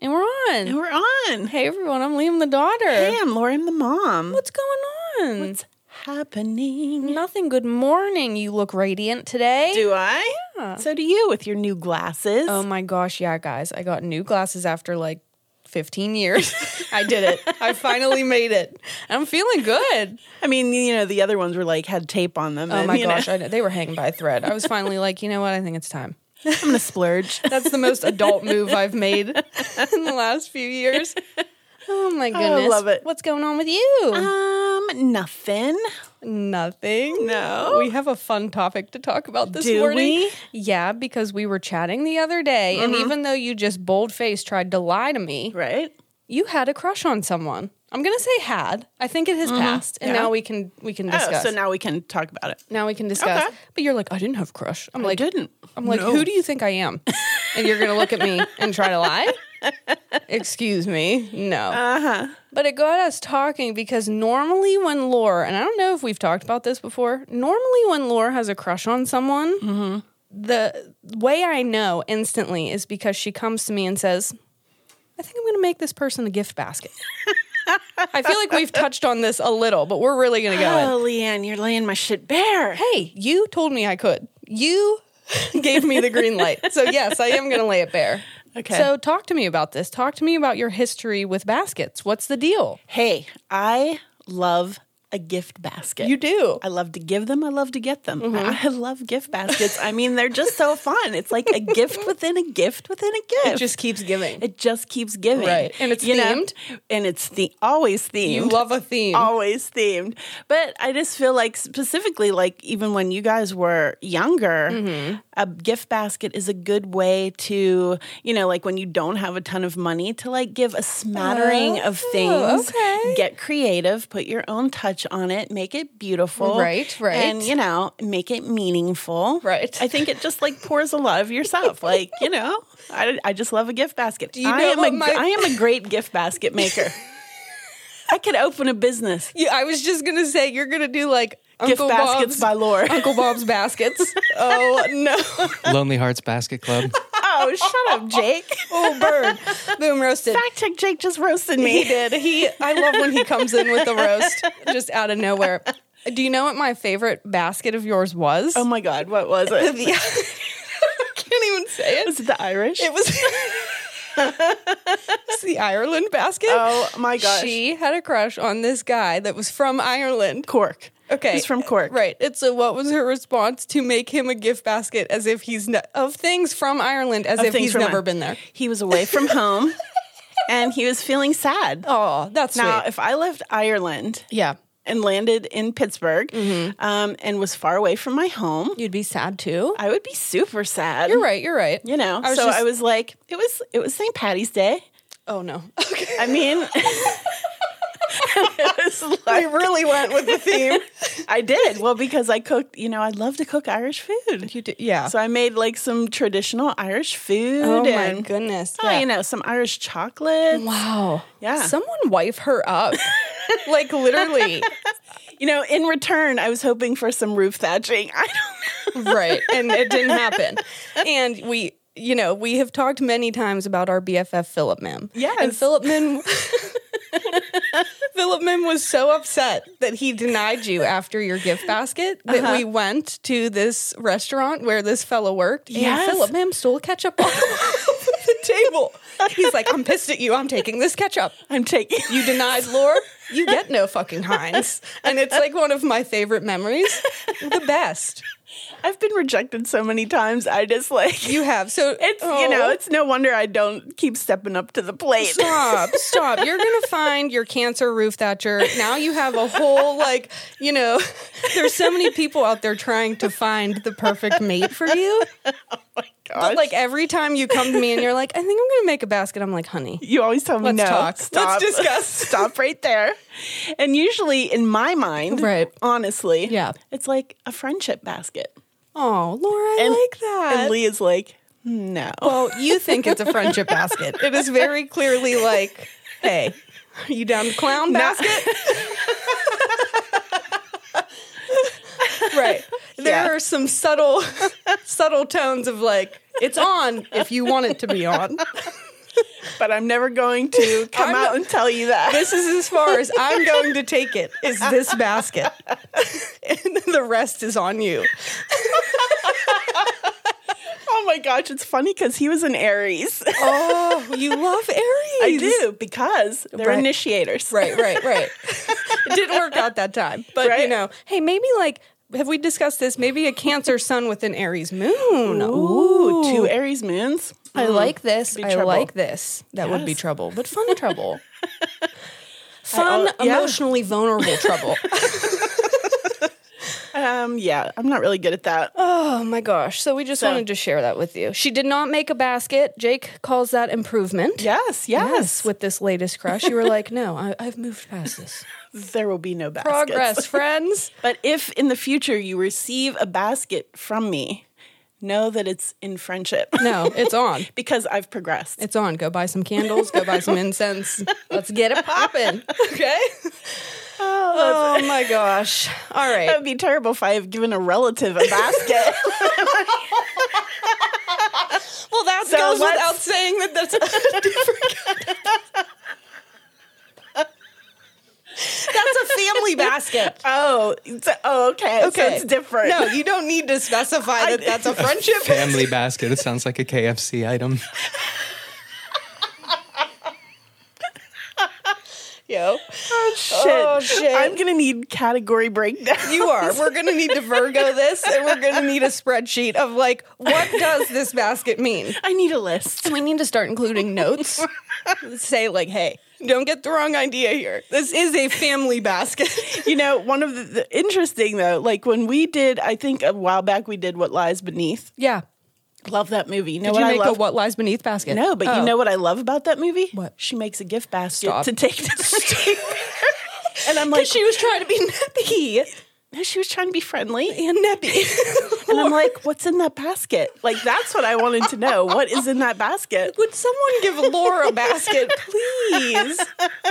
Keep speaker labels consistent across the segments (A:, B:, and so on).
A: And we're on.
B: And we're on.
A: Hey everyone, I'm Liam the daughter.
B: Hey, I'm Lori. I'm the mom.
A: What's going on?
B: happening?
A: Nothing. Good morning. You look radiant today.
B: Do I? So do you with your new glasses.
A: Oh my gosh, yeah, guys. I got new glasses after like 15 years. I did it. I finally made it. I'm feeling good.
B: I mean, you know, the other ones were like had tape on them.
A: Oh
B: and,
A: my
B: you know,
A: gosh, I know. they were hanging by a thread. I was finally like, you know what? I think it's time.
B: I'm going to splurge.
A: That's the most adult move I've made in the last few years. Oh my goodness.
B: love it.
A: What's going on with you?
B: um, nothing.
A: Nothing.
B: No.
A: We have a fun topic to talk about this
B: Do
A: morning.
B: we? Mm-hmm.
A: Yeah, because we were chatting the other day, and even though you just bold faced tried to lie to me,
B: Right?
A: you had a crush on someone. I'm gonna say had. I think it has passed, and
B: Mm-hmm. Yeah.
A: now we can we can
B: Oh,
A: discuss.
B: so
A: now-,
B: now we can talk about it.
A: we can discuss.
B: Okay.
A: But you're like, I Oh didn't have a crush. I'm like,
B: didn't.
A: I'm like, who do you think I am? And you're gonna look at me and try to lie? Excuse me, no.
B: Uh-huh.
A: But it got us talking because normally when Lore, and I don't know if we've talked about this before, normally when Lore has a crush on someone, the way I know instantly is because she comes to me and says, I think I'm going to make this person a gift basket. I feel like we've touched on this a little, but we're really going to go in.
B: Oh, Leanne, you're laying my shit bare.
A: Hey, you told me I could. You gave me the green light. So, yes, I am going to lay it bare.
B: Okay.
A: So, talk to me about this. Talk to me about your history with baskets. What's the deal?
B: Hey, I love a gift basket.
A: You Mm-hmm. do.
B: I love to give them. I love to get them. I love gift baskets. I mean, they're just so fun. It's like a gift within a gift within a gift.
A: It just keeps giving.
B: It just keeps giving.
A: Right. And it's themed?
B: and it's the always themed.
A: You love a theme.
B: always themed. But I just feel like specifically like even when you guys were younger,
A: Mm-hmm.
B: a gift basket is a good way to, you know, like when you don't have a ton of money to like give a smattering of things.
A: Oh, okay.
B: Get creative, put your own touch on it, make it beautiful.
A: Right, right.
B: And you know, make it meaningful.
A: Right.
B: I think it just like pours a lot of yourself. like, you know, I, I just love a gift basket.
A: you
B: I
A: know
B: am
A: what
B: a
A: my-
B: I am a great gift basket maker. I could open a business.
A: Yeah, I was just gonna say you're gonna do like
B: Gift
A: Uncle
B: baskets
A: Bob's
B: by Lore.
A: Uncle Bob's baskets. oh no!
C: Lonely Hearts Basket Club.
B: Oh, shut up, Jake.
A: Oh bird, boom roasted.
B: Fact check Jake just roasted
A: He
B: me.
A: did. He. I love when he comes in with the roast just out of nowhere. Do you know what my favorite basket of yours was?
B: Oh my god, what was it?
A: yeah. I can't even say it.
B: Was it the Irish?
A: It was. It's the Ireland basket.
B: oh my gosh.
A: She had a crush on this guy that was from Ireland.
B: Cork.
A: Okay.
B: He's from Cork.
A: Right. And so what was her response to make him a gift basket as if he's ne- of things from Ireland as if
B: Things
A: he's
B: from
A: never
B: Ireland.
A: been there?
B: He was away from home and he was feeling sad.
A: Oh, that's
B: now,
A: sweet.
B: if I left Ireland
A: Yeah.
B: and landed in Pittsburgh
A: Mm-hmm.
B: um, and was far away from my home,
A: You'd be sad too.
B: I would be super sad.
A: You're right. You're right.
B: You know,
A: I was
B: so
A: just-
B: I was like, it was it was St. Patty's Day.
A: Oh, no. Okay.
B: I mean, it was
A: I
B: like,
A: really went with the theme.
B: I did well because I cooked. You know, I love to cook Irish food,
A: you did. Yeah.
B: so I made like some traditional Irish food.
A: oh, my
B: and,
A: goodness. Mm.
B: oh,
A: Yeah.
B: you know, some Irish chocolate.
A: Wow.
B: Yeah.
A: Someone wife her up. like, literally.
B: You know, in return, I was hoping for some roof thatching. I don't know.
A: right and it didn't happen and we you know we have talked many times about our bff philip mim and
B: Yes.
A: philip mim philip mim was so upset that he denied you after your gift basket that we
B: Uh-huh.
A: went to this restaurant where this fellow worked
B: Yes.
A: and philip mim stole ketchup off of the table he's like i'm pissed at you i'm taking this ketchup
B: I'm taking.
A: you denied lore, you get no fucking Heinz. And it's like one of my favorite memories. The best.
B: I've been rejected so many times. I just like
A: You have. So
B: it's
A: Oh.
B: you know it's no wonder I don't keep stepping up to the plate.
A: Stop, stop. You're going to find your cancer roof thatcher. Now you have a whole, like, you know, there's so many people out there trying to find the perfect mate for you.
B: Gosh.
A: But, like, every time you come to me and you're like, I think I'm going to make a basket, I'm like, honey,
B: You always tell me
A: Let's
B: no.
A: talk.
B: Stop.
A: Let's discuss.
B: Stop right there. And usually, in my mind,
A: Right.
B: honestly,
A: Yeah.
B: it's like a friendship basket.
A: oh, Laura, I
B: And-
A: like that.
B: And Lee is like, no.
A: well, you think it's a friendship basket. It is very clearly like, hey, are you down to clown basket? right. There
B: Yeah.
A: are some subtle subtle tones of like, it's on if you want it to be on.
B: But I'm never going to come
A: I'm
B: out
A: not-
B: and tell you that.
A: This is as far as I'm going to take it, is this basket. and the rest is on you.
B: oh my gosh, it's funny because he was an Aries.
A: Oh, you love Aries.
B: I do because they're
A: Right.
B: initiators.
A: Right, right, right. it didn't work out that time. But you
B: Right?
A: know, hey, maybe like have we discussed this? Maybe a Cancer sun with an Aries moon.
B: Ooh, two Aries moons. Mm.
A: I like this.
B: Be
A: I
B: trouble.
A: like this. That would be
B: Yes.
A: trouble, but fun trouble. Fun,
B: al- yeah.
A: emotionally vulnerable trouble.
B: Um, yeah, I'm not really good at that.
A: oh my gosh. So we just wanted to share that with you. She did not make a basket. Jake calls that improvement.
B: yes, yes,
A: Yes, with this latest crush. You were like, no, I, I've moved past this.
B: There will be no baskets.
A: Progress, friends.
B: But if in the future you receive a basket from me, know that it's in friendship
A: No, it's on.
B: because I've progressed.
A: It's on. Go buy some candles. Go buy some incense. Let's get it popping. Okay. Oh, my gosh. All
B: That
A: right.
B: would be terrible if I have given a relative a basket.
A: Well, that
B: So
A: goes
B: let's-
A: without saying that that's a different kind of- That's a family basket.
B: oh, it's, oh, okay. So it's different.
A: No, you don't need to specify that that's a friendship.
C: Family basket. It sounds like a KFC item.
A: Yo,
B: shit.
A: Oh, shit.
B: I'm gonna need category breakdown.
A: you are. We're going to need to Virgo this and we're going to need a spreadsheet of like, what does this basket mean?
B: I need a list.
A: We need to start including notes. Say like, hey, don't get the wrong idea here. This is a family basket.
B: You know, one of the, the interesting though, like when we did, I think a while back we did What Lies Beneath.
A: yeah.
B: Love that movie. You know
A: Did
B: what
A: you
B: I
A: make a
B: love?
A: what lies beneath basket?
B: No, but you know what I love about that movie?
A: Oh. What?
B: She makes a gift basket
A: Stop.
B: to take to the street. and I'm like,
A: She was trying to be nippy
B: no, she was trying to be friendly.
A: and neppy.
B: And I'm like, what's in that basket? Like, that's what I wanted to know. What is in that basket?
A: Would someone give Laura a basket, please?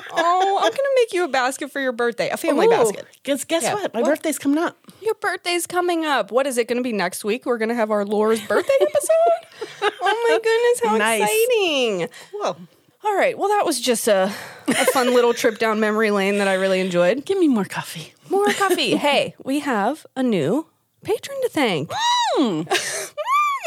A: Oh, I'm gonna make you a basket for your birthday, a family
B: Ooh,
A: basket.
B: Guess, guess
A: Yeah.
B: what? My
A: What?
B: birthday's coming up.
A: Your birthday's coming up. What is it going to be next week? We're going to have our Laura's birthday episode. oh my goodness, how
B: Nice.
A: exciting!
B: Well,
A: All right. Well, that was just a, a fun little trip down memory lane that I really enjoyed.
B: give me more coffee.
A: More coffee. hey, we have a new patron to thank.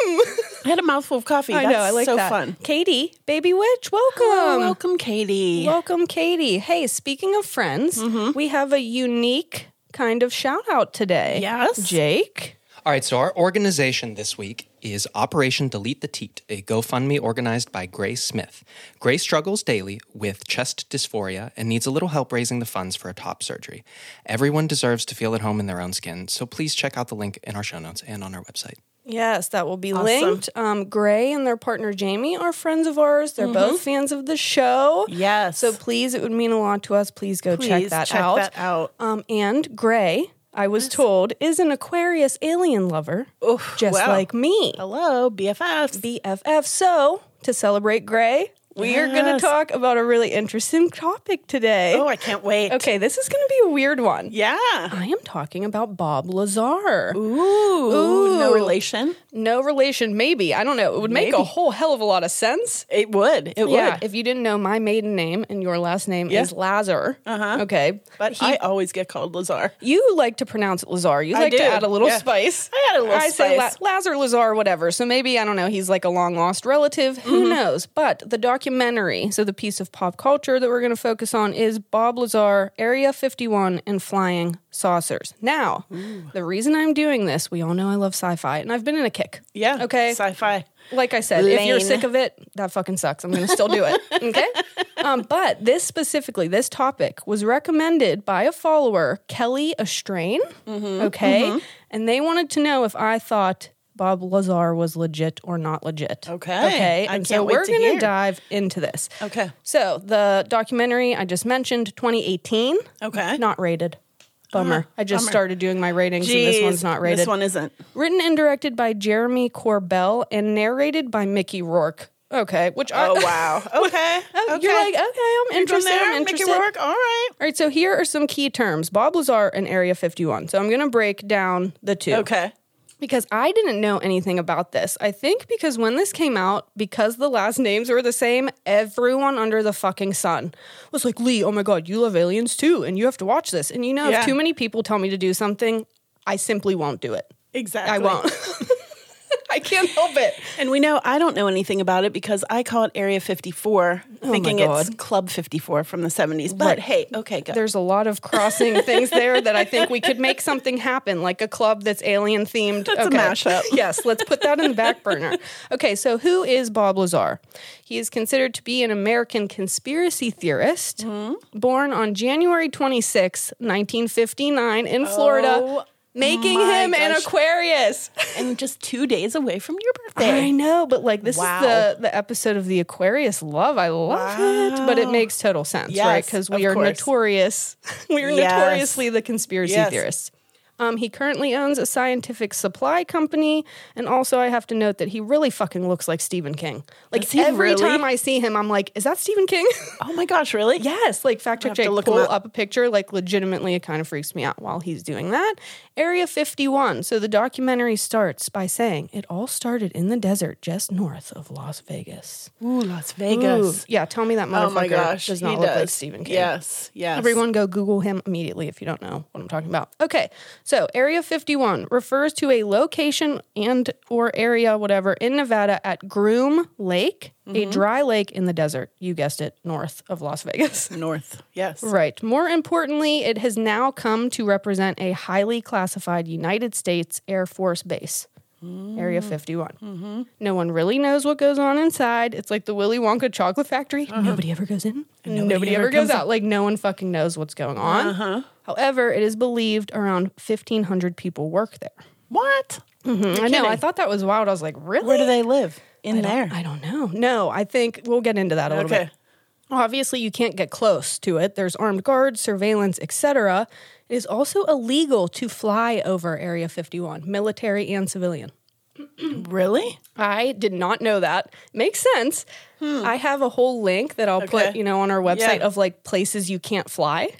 B: I had a mouthful of coffee.
A: Mm. I
B: that's
A: know. I like
B: so
A: that.
B: fun.
A: Katie, baby witch, welcome.
B: Oh, welcome, Katie.
A: Welcome, Katie. Hey, speaking of friends, we have a unique kind of shout out today.
B: Yes.
A: Jake.
C: All right, so our organization this week is Operation Delete the Teat, a GoFundMe organized by Gray Smith. Gray struggles daily with chest dysphoria and needs a little help raising the funds for a top surgery. Everyone deserves to feel at home in their own skin, so please check out the link in our show notes and on our website.
A: Yes, that will be linked. Um, Gray and their partner Jamie are friends of ours. They're both fans of the show.
B: Yes.
A: So please, it would mean a lot to us. Please go check
B: Please
A: that
B: check
A: out.
B: that out.
A: Um, and Gray, I was told, is an Aquarius alien lover, just
B: wow.
A: like me.
B: Hello, BFFs.
A: BFF. So to celebrate Gray, we are going to
B: Yes.
A: talk about a really interesting topic today.
B: oh, I can't wait.
A: okay, this is going to be a weird one.
B: Yeah.
A: I am talking about Bob Lazar.
B: Ooh, No relation.
A: No relation, maybe. I don't know. It would make a whole hell of a lot of sense.
B: It would. It
A: Yeah,
B: would.
A: if you didn't know my maiden name and your last name is Lazar.
B: Uh-huh.
A: Okay.
B: But I always get called Lazar.
A: You like to pronounce it Lazar. You like
B: do.
A: to add a little
B: Yeah.
A: spice.
B: I add a little
A: I say La-
B: spice.
A: Lazar, Lazar, whatever. So maybe, I don't know, he's like a long lost relative. Who knows? But the documentary, so the piece of pop culture that we're going to focus on is Bob Lazar, Area 51, and Flying saucers. Now, the reason I'm doing this, we all know I love sci fi and I've been in a kick.
B: Yeah.
A: Okay.
B: Sci fi.
A: like I said, if you're
B: Lane.
A: sick of it, that fucking sucks. I'm going to still do it. Okay. Um, but this specifically, this topic was recommended by a follower, Kelly Estrain.
B: Mm-hmm.
A: Okay. And they wanted to know if I thought Bob Lazar was legit or not legit.
B: Okay.
A: Okay.
B: I
A: And so
B: can't wait
A: we're
B: to
A: going
B: hear.
A: dive into this.
B: Okay.
A: So the documentary I just mentioned, 2018.
B: Okay. Uh-huh.
A: Not rated. Bummer. I just
B: bummer.
A: started doing my ratings and this
B: Jeez,
A: one's not rated.
B: This one isn't.
A: Written and directed by Jeremy Corbell and narrated by Mickey Rourke. Okay, which I,
B: Oh wow. Okay.
A: Oh,
B: okay.
A: You're like, okay, I'm
B: From
A: interested.
B: there,
A: I'm
B: make it
A: interested.
B: work. All right.
A: All right, so here are some key terms Bob Lazar and Area 51. So I'm going to break down the two.
B: Okay.
A: Because I didn't know anything about this. I think because when this came out, because the last names were the same, everyone under the fucking sun was like, Lee, oh my God, you love aliens too, and you have to watch this. And you know,
B: Yeah.
A: if too many people tell me to do something, I simply won't do it.
B: Exactly.
A: I won't. I can't help it.
B: And we know I don't know anything about it because I call it Area 54,
A: Oh
B: thinking it's Club 54 from the 70s. But hey, okay, go.
A: There's a lot of crossing things there that I think we could make something happen, like a club that's alien themed. That's
B: a mashup.
A: yes, let's put that in the back burner. Okay, so who is Bob Lazar? He is considered to be an American conspiracy theorist,
B: Mm-hmm.
A: born on January 26, 1959, in Florida,
B: Oh
A: making
B: my
A: him an
B: gosh.
A: Aquarius.
B: and just two days away from your
A: I
B: birthday.
A: know, but like this
B: Wow.
A: is the the episode of the Aquarius love. I love it, but it makes total sense,
B: Yes,
A: right? Because we
B: of
A: are
B: course.
A: notorious. we are
B: Yes.
A: notoriously the conspiracy
B: Yes.
A: theorists. Um, he currently owns a scientific supply company, and also I have to note that he really fucking looks like Stephen King. Like
B: Does he
A: every
B: really?
A: time I see him, I'm like, is that Stephen King?
B: Oh my gosh, really?
A: Yes, like fact check
B: to
A: Jake
B: look him
A: pull up.
B: up.
A: a picture. Like legitimately, it kind of freaks me out while he's doing that. Area 51. So the documentary starts by saying it all started in the desert just north of Las Vegas.
B: Ooh, Las
A: Ooh, yeah, tell me that motherfucker
B: Oh my gosh.
A: does not
B: he
A: look
B: does.
A: like Stephen King.
B: Yes, yes.
A: Everyone go Google him immediately if you don't know what I'm talking about. Okay. So, Area 51 refers to a location and or area whatever in Nevada at Groom Lake, a
B: Mm-hmm.
A: dry lake in the desert. You guessed it, north of Las Vegas.
B: North. Yes.
A: Right. More importantly, it has now come to represent a highly classified United States Air Force base, Area 51. No one really knows what goes on inside. It's like the Willy Wonka chocolate factory. Uh-huh. Nobody ever goes in, nobody, ever, Uh-huh. goes out. Like, no one fucking knows what's going on. However, it is believed around 1,500 people work there.
B: What?
A: I know. I thought that was wild. I was like, really?
B: Where do they live? In there.
A: I don't know. No, I think we'll get into that a little bit.
B: Okay.
A: Obviously, you can't get close to it. There's armed guards, surveillance, etc. It is also illegal to fly over Area 51, military and civilian.
B: Really?
A: I did not know that. Makes sense. I have a whole link that I'll put,
B: Hmm. Okay.
A: you know, on our website
B: Yeah.
A: of like places you can't fly.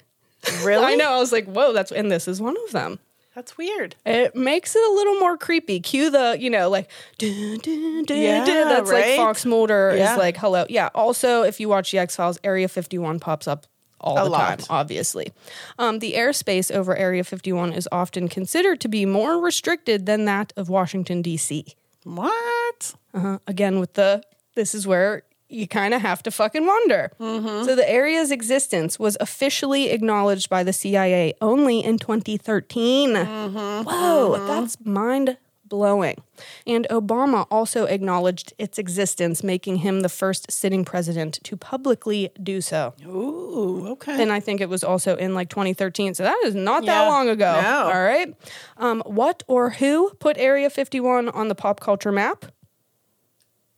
B: Really?
A: I know. I was like, whoa, that's and this is one of them.
B: That's weird.
A: It makes it a little more creepy. Cue the, you know, like, dun, dun, dun,
B: Yeah,
A: dun. that's like
B: right?
A: Fox Mulder
B: Yeah.
A: is like, hello. Yeah. Also, if you watch the X Files, Area 51 pops up all
B: A
A: the
B: lot.
A: time, obviously. Um, the airspace over Area 51 is often considered to be more restricted than that of Washington, D.C.
B: What?
A: Uh, again, with the, this is where you kind of have to fucking wonder.
B: Mm-hmm.
A: So the area's existence was officially acknowledged by the CIA only in 2013.
B: Mm-hmm.
A: Whoa, that's mind blowing. And Obama also acknowledged its existence, making him the first sitting president to publicly do so.
B: Ooh, okay.
A: And I think it was also in like 2013. So that is not that
B: Yeah.
A: long ago.
B: No.
A: All right. Um, what or who put Area 51 on the pop culture map?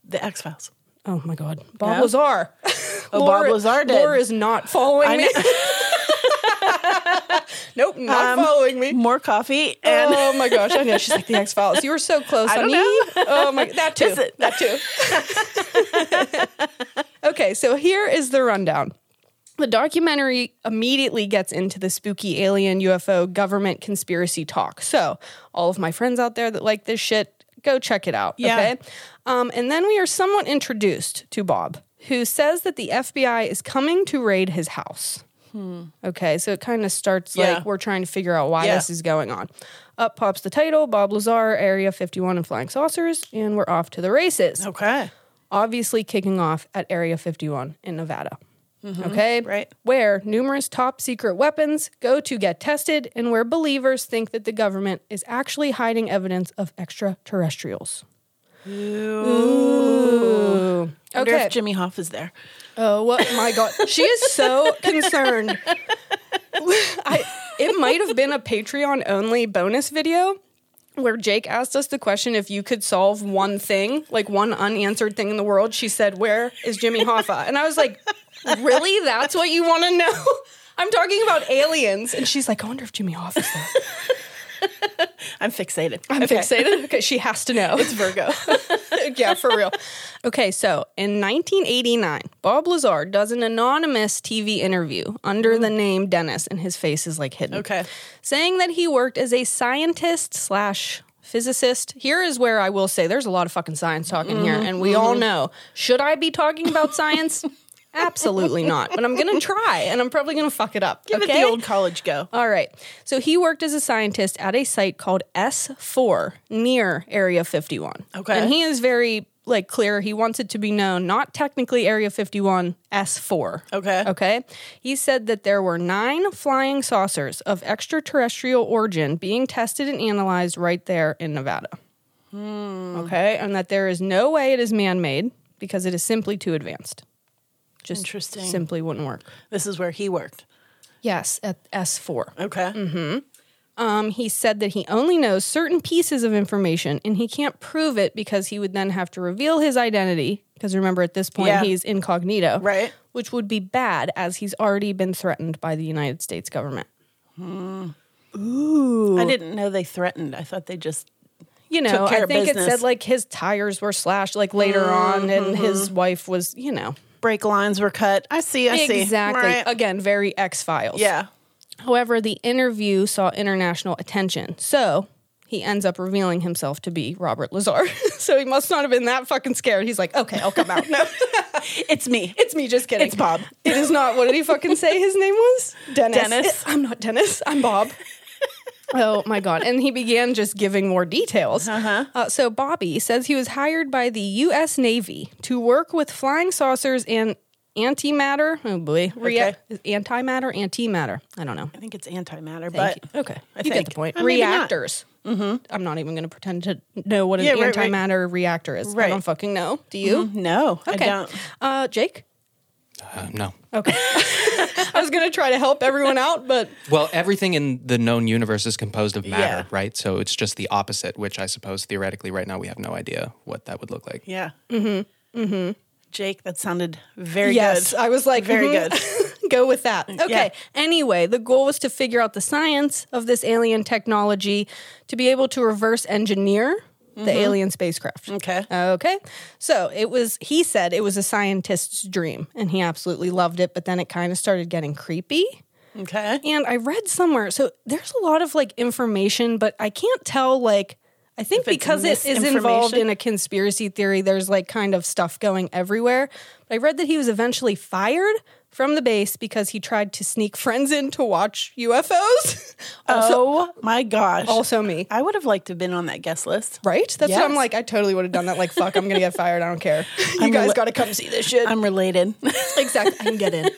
B: the X Files.
A: Oh my God, Bob
B: Yeah.
A: Lazar.
B: Oh, Bob Lazar did.
A: Laura is not following me. nope, not following me.
B: Um, More coffee and
A: oh my gosh, I know she's like the X Files. You were so close,
B: I
A: honey.
B: don't
A: Oh my, that too.
B: Is it-
A: That too. okay, so here is the rundown. The documentary immediately gets into the spooky alien UFO government conspiracy talk. So, all of my friends out there that like this shit, go check it out.
B: Yeah.
A: Okay. Um, and then we are somewhat introduced to Bob, who says that the FBI is coming to raid his house. Okay. So, it kind of starts
B: Hmm. Yeah.
A: like we're trying to figure out why
B: Yeah.
A: this is going on. Up pops the title Bob Lazar, Area 51 and Flying Saucers, and Uh, we're off to the races
B: Okay.
A: obviously kicking off at Area 51 in Nevada. Okay.
B: Mm-hmm. right.
A: Where numerous top secret weapons go to get tested and where believers think that the government is actually hiding evidence of extraterrestrials. Ooh.
B: Wonder
A: Okay.
B: if Jimmy Hoff is there.
A: Oh well, my God, she is so concerned. I, it might have been a Patreon only bonus video where Jake asked us the question if you could solve one thing, like one unanswered thing in the world. She said, "Where is Jimmy Hoffa?" And I was like, "Really? That's what you want to know?" I'm talking about aliens, and she's like, "I wonder if Jimmy Hoffa is there."
B: I'm fixated.
A: I'm
B: Okay.
A: fixated. Okay, she has to know. It's Virgo. yeah, for real. Okay, so in 1989, Bob Lazar does an anonymous TV interview under the name Dennis, and his face is like hidden.
B: Okay.
A: Saying that he worked as a scientist slash physicist. Here is where I will say there's a lot of fucking science talking here,
B: Mm-hmm.
A: and we all know. Should I be talking about science? Absolutely not. But I'm going to try, and I'm probably going to fuck it up.
B: Give
A: okay?
B: it the old college go.
A: All right. So he worked as a scientist at a site called S4 near Area 51.
B: Okay.
A: And he is very like clear he wants it to be known not technically Area 51, S4.
B: Okay.
A: Okay. He said that there were 9 flying saucers of extraterrestrial origin being tested and analyzed right there in Nevada.
B: Hmm.
A: Okay? And that there is no way it is man-made because it is simply too advanced. Just
B: Interesting.
A: simply wouldn't work.
B: This is where he worked.
A: Yes, at S4.
B: Okay.
A: Mm-hmm. Um, he said that he only knows certain pieces of information and he can't prove it because he would then have to reveal his identity. Because remember, at this point,
B: Yeah.
A: he's incognito.
B: Right.
A: Which would be bad as he's already been threatened by the United States government.
B: I didn't know they threatened. I thought they just.
A: You know,
B: Took care
A: I
B: of
A: think it said
B: business. Mm-hmm.
A: like his tires were slashed like later on and his wife was, you know.
B: Brake lines were cut. I see. I see.
A: exactly.
B: Right.
A: Again, very X Files.
B: Yeah.
A: However, the interview saw international attention. So he ends up revealing himself to be Robert Lazar. so he must not have been that fucking scared. He's like, okay, I'll come out. No,
B: It's me.
A: it's me, just kidding.
B: It's Bob.
A: It is not. What did he fucking say his name was? Dennis.
B: Dennis.
A: I'm not Dennis. I'm Bob. oh my God. And he began just giving more details. Uh-huh. so Bobby says he was hired by the U.S. Navy to work with flying saucers and antimatter. Oh boy. Rea- Antimatter, antimatter. I don't know.
B: I think it's antimatter,
A: Thank
B: but
A: you. okay,
B: I
A: you get
B: think.
A: the point.
B: Or maybe not.
A: Reactors. Mm-hmm. I'm not even going to pretend to know what an
B: Yeah, right, right.
A: antimatter reactor is. I
B: Right.
A: don't fucking know. Do you?
B: no,
A: Okay.
B: I don't.
A: Uh, Jake.
C: Uh, no.
A: Okay. I was going to try to help everyone out, but
C: Well, everything in the known universe is composed of matter,
B: Yeah.
C: right? So it's just the opposite, which I suppose theoretically right now we have no idea what that would look like.
B: Yeah. Mm-hmm. Mm-hmm. Jake, that sounded very
A: yes,
B: good.
A: I was like,
B: very
A: mhm,
B: good.
A: Go with that. Okay.
B: Yeah.
A: Anyway, the goal was to figure out the science of this alien technology to be able to reverse engineer the alien spacecraft.
B: Mm-hmm. Okay.
A: Okay. So it was, he said it was a scientist's dream and he absolutely loved it, but then it kind of started getting creepy.
B: Okay.
A: And I read somewhere, so there's a lot of like information, but I can't tell, like, I think
B: it's
A: because it is involved
B: misinformation.
A: in a conspiracy theory, there's like kind of stuff going everywhere. But I read that he was eventually fired from the base because he tried to sneak friends in to watch UFOs. also,
B: oh my gosh.
A: also me.
B: I would have liked to have been on that guest list.
A: Right? That's what I'm
B: Yes.
A: like. I totally would have done that. Like, fuck, I'm going to get fired. I don't care. You guys got to come see this shit.
B: I'm related.
A: exactly. I can get in.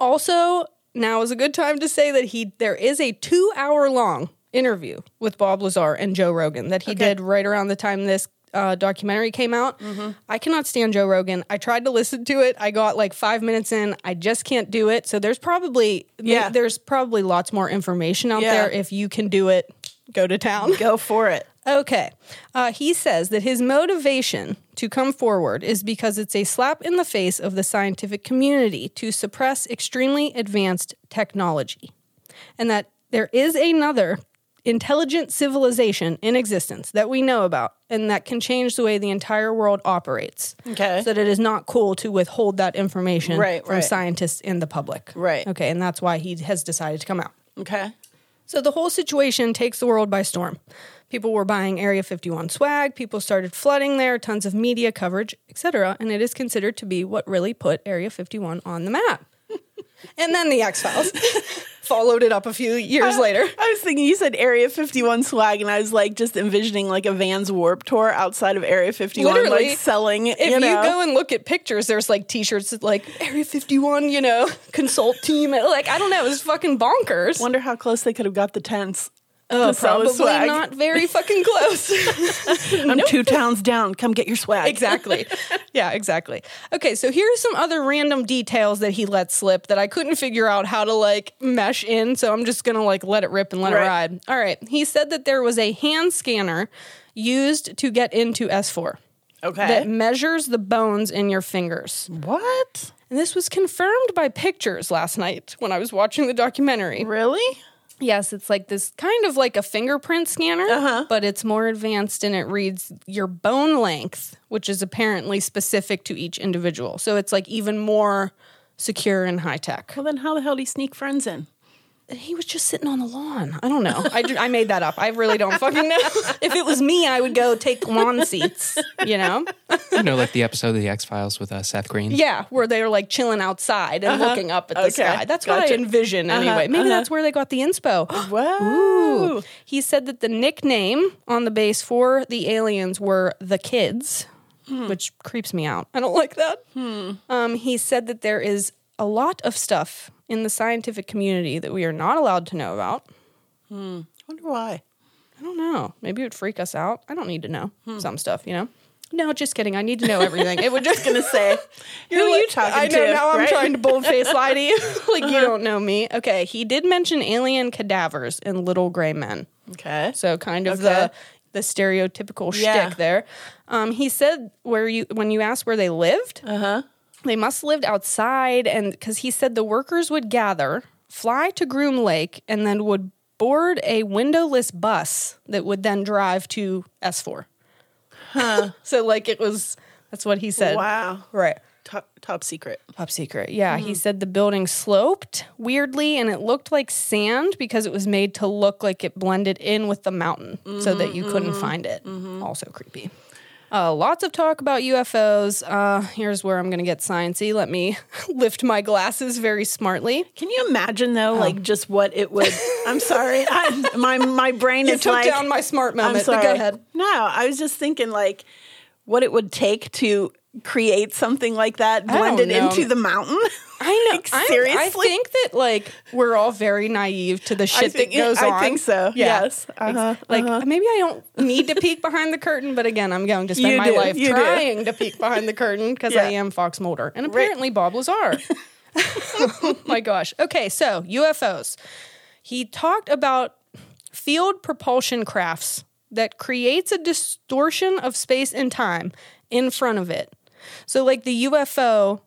A: Also, now is a good time to say that he there is a two hour long interview with Bob Lazar and Joe Rogan that he did right around the time this uh, documentary came out.
B: Mm-hmm.
A: I cannot stand Joe Rogan. I tried to listen to it. I got like five minutes in. I just can't do it. So there's probably
B: Yeah.
A: there's probably lots more information out
B: Yeah.
A: there. If you can do it, go to town.
B: Go for it.
A: Okay. Uh, he says that his motivation to come forward is because it's a slap in the face of the scientific community to suppress extremely advanced technology, and that there is another intelligent civilization in existence that we know about and that can change the way the entire world operates.
B: Okay.
A: So that it is not cool to withhold that information
B: Right,
A: from
B: right.
A: scientists and the public.
B: Right.
A: Okay. And that's why he has decided to come out.
B: Okay.
A: So the whole situation takes the world by storm. People were buying Area 51 swag, people started flooding there, tons of media coverage, etc., and it is considered to be what really put Area 51 on the map. And then the X Files followed it up a few
B: Uh,
A: years later.
B: I was thinking you said Area 51 swag, and I was like just envisioning like a Vans Warp Tour outside of Area 51,
A: Literally,
B: like selling.
A: If
B: you
A: you,
B: know,
A: go and look at pictures, there's like T-shirts that, like Area 51, you know, consult team. Like I don't know, it was fucking bonkers.
B: wonder how close they could have got the tents.
A: Oh,
B: to sell the
A: probably
B: swag.
A: not very fucking close.
B: I'm two towns down. Come get your swag.
A: exactly. Yeah, exactly. Okay, so here's some other random details that he let slip that I couldn't figure out how to like mesh in, so I'm just going to like let it rip and let
B: Right.
A: it ride. All right. He said that there was a hand scanner used to get into S4 that
B: Okay.
A: measures the bones in your fingers.
B: what?
A: And this was confirmed by pictures last night when I was watching the documentary.
B: Really?
A: Yes, it's like this kind of like a fingerprint scanner,
B: Uh-huh.
A: but it's more advanced and it reads your bone length, which is apparently specific to each individual. So it's like even more secure and high tech.
B: Well, then how the hell do you sneak friends in?
A: He was just sitting on the lawn. I don't know. I, ju- I made that up. I really don't fucking know. if it was me, I would go take lawn seats, you know?
C: You know, like the episode of The X Files with uh, Seth Green.
A: Yeah, where they were like chilling outside and looking up at the
B: Uh-huh. Okay,
A: sky. That's what I
B: gotcha. Uh-huh.
A: envision anyway. Maybe that's where they got the inspo.
B: Whoa.
A: Ooh. He said that the nickname on the base for the aliens were the kids,
B: Hmm.
A: which creeps me out. I don't like that. Um, he said that there is a lot of stuff in the scientific community that we are not allowed to know about.
B: wonder why.
A: I don't know. Maybe it would freak us out. I don't need to know
B: Hmm.
A: some stuff, you know? No, just kidding. I need to know everything. It would just
B: Gonna say, who are you talking
A: I know
B: to?
A: now I'm
B: right?
A: trying to boldface lie to you. like you don't know me. Okay, he did mention alien cadavers and little gray men.
B: Okay.
A: So kind of
B: Okay.
A: the the stereotypical
B: Yeah.
A: shtick there. Um, he said where you when you asked where they lived,
B: Uh-huh.
A: they must lived outside, and because he said the workers would gather, fly to Groom Lake, and then would board a windowless bus that would then drive to S four. so like it was. That's what he said.
B: Wow.
A: Right.
B: Top top secret.
A: Top secret. Yeah,
B: Mm-hmm.
A: he said the building sloped weirdly and it looked like sand because it was made to look like it blended in with the mountain so that
B: Mm-hmm,
A: you couldn't find it. Also creepy. Uh, lots of talk about UFOs. Uh, here's where I'm going to get sciencey. Let me lift my glasses very smartly.
B: Can you imagine though, like just what it would? I'm sorry, I, my my brain
A: You
B: is
A: took
B: like.
A: down my smart moment.
B: I'm sorry.
A: But go ahead.
B: No, I was just thinking like what it would take to create something like that
A: don't
B: blended
A: know.
B: into the mountain.
A: I know.
B: Like,
A: I'm-
B: seriously.
A: I think that like we're all very naive to the shit
B: think-
A: that goes
B: I
A: on.
B: think so. Yes.
A: Ex-
B: Uh-huh.
A: Like maybe I don't need to peek behind the curtain, but again, I'm going to spend
B: You
A: my
B: do.
A: life
B: You do.
A: trying to peek behind the curtain because I
B: Yeah.
A: am Fox Mulder and apparently Bob Lazar. oh my gosh. Okay, so UFOs. He talked about field propulsion crafts that creates a distortion of space and time in front of it. So like the UFO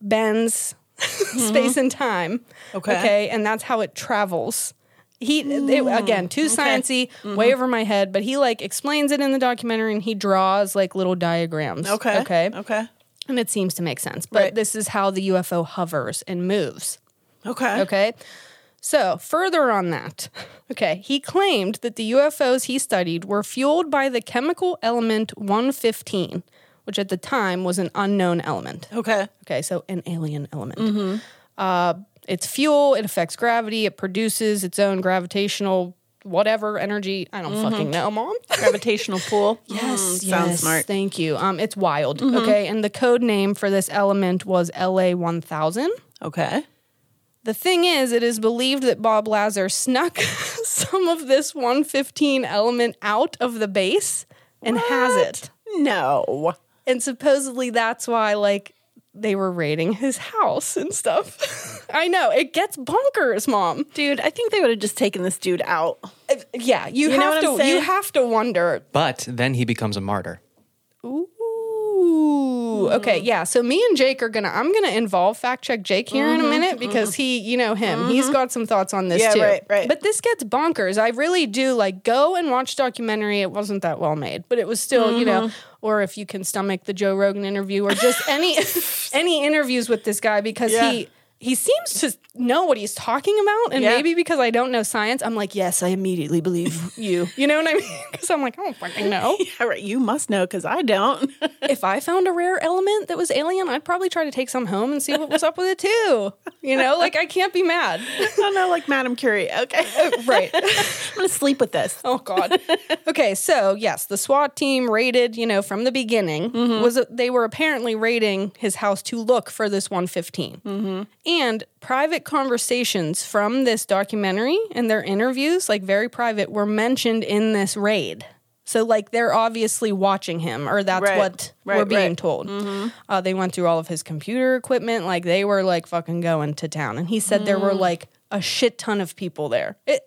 A: bends space and time.
B: Okay. Hmm.
A: Okay. And that's how it travels. He it- again too sciencey,
B: Mm-hmm.
A: way over my head, but he like explains it in the documentary and he draws like little diagrams.
B: Okay.
A: Okay.
B: Okay.
A: And it seems to make sense. But
B: Right.
A: this is how the UFO hovers and moves.
B: Okay.
A: Okay. So, further on that, okay, he claimed that the UFOs he studied were fueled by the chemical element 115, which at the time was an unknown element.
B: Okay.
A: Okay, so an alien element.
B: Mm-hmm.
A: Uh, it's fuel, it affects gravity, it produces its own gravitational whatever energy. I don't fucking know, mom.
B: Gravitational pull. Yes. Mm-hmm. Mm, sounds smart. Mm-hmm.
A: Thank you. Um, it's wild. Okay, and the code name for this element was LA 1000.
B: Okay.
A: The thing is, it is believed that Bob Lazar snuck some of this 115 element out of the base and has it.
B: No.
A: And supposedly that's why, like, they were raiding his house and stuff. I know, it gets bonkers, mom.
B: Dude, I think they would have just taken this dude out.
A: Uh, Yeah, you,
B: know
A: have
B: what I'm
A: to you
B: saying?
A: have to wonder.
C: But then he becomes a martyr.
B: Hmm.
A: Ooh. Okay, yeah. So me and Jake are gonna I'm gonna involve fact check Jake here in a minute because he, you know him. He's got some thoughts on this
B: Mm-hmm. Yeah,
A: too.
B: right, right.
A: But this gets bonkers. I really do like go and watch documentary. It wasn't that well made, but it was still, you know,
B: Mm-hmm.
A: or if you can stomach the Joe Rogan interview or just any any interviews with this guy because
B: Yeah.
A: he he seems to know what he's talking about. And
B: Yeah.
A: maybe because I don't know science, I'm like, yes, I immediately believe you. You know what I mean? Because I'm like, I don't fucking know.
B: All right, you must know because I don't.
A: if I found a rare element that was alien, I'd probably try to take some home and see what was up with it too. You know, like I can't be mad.
B: I know, like Madame Curie. Okay,
A: Right.
B: I'm gonna sleep with this.
A: Oh God. Okay, so yes, the SWAT team raided. You know, from the beginning was they were apparently raiding his house to look for this 115, and private conversations from this documentary and their interviews, like very private, were mentioned in this raid. So like they're obviously watching him, or that's
B: Right.
A: what
B: Right,
A: we're being
B: right. Mm-hmm.
A: told. Uh, they went through all of his computer equipment, like they were like fucking going to town, and he said there were
B: Mm.
A: like a shit ton of people there. It,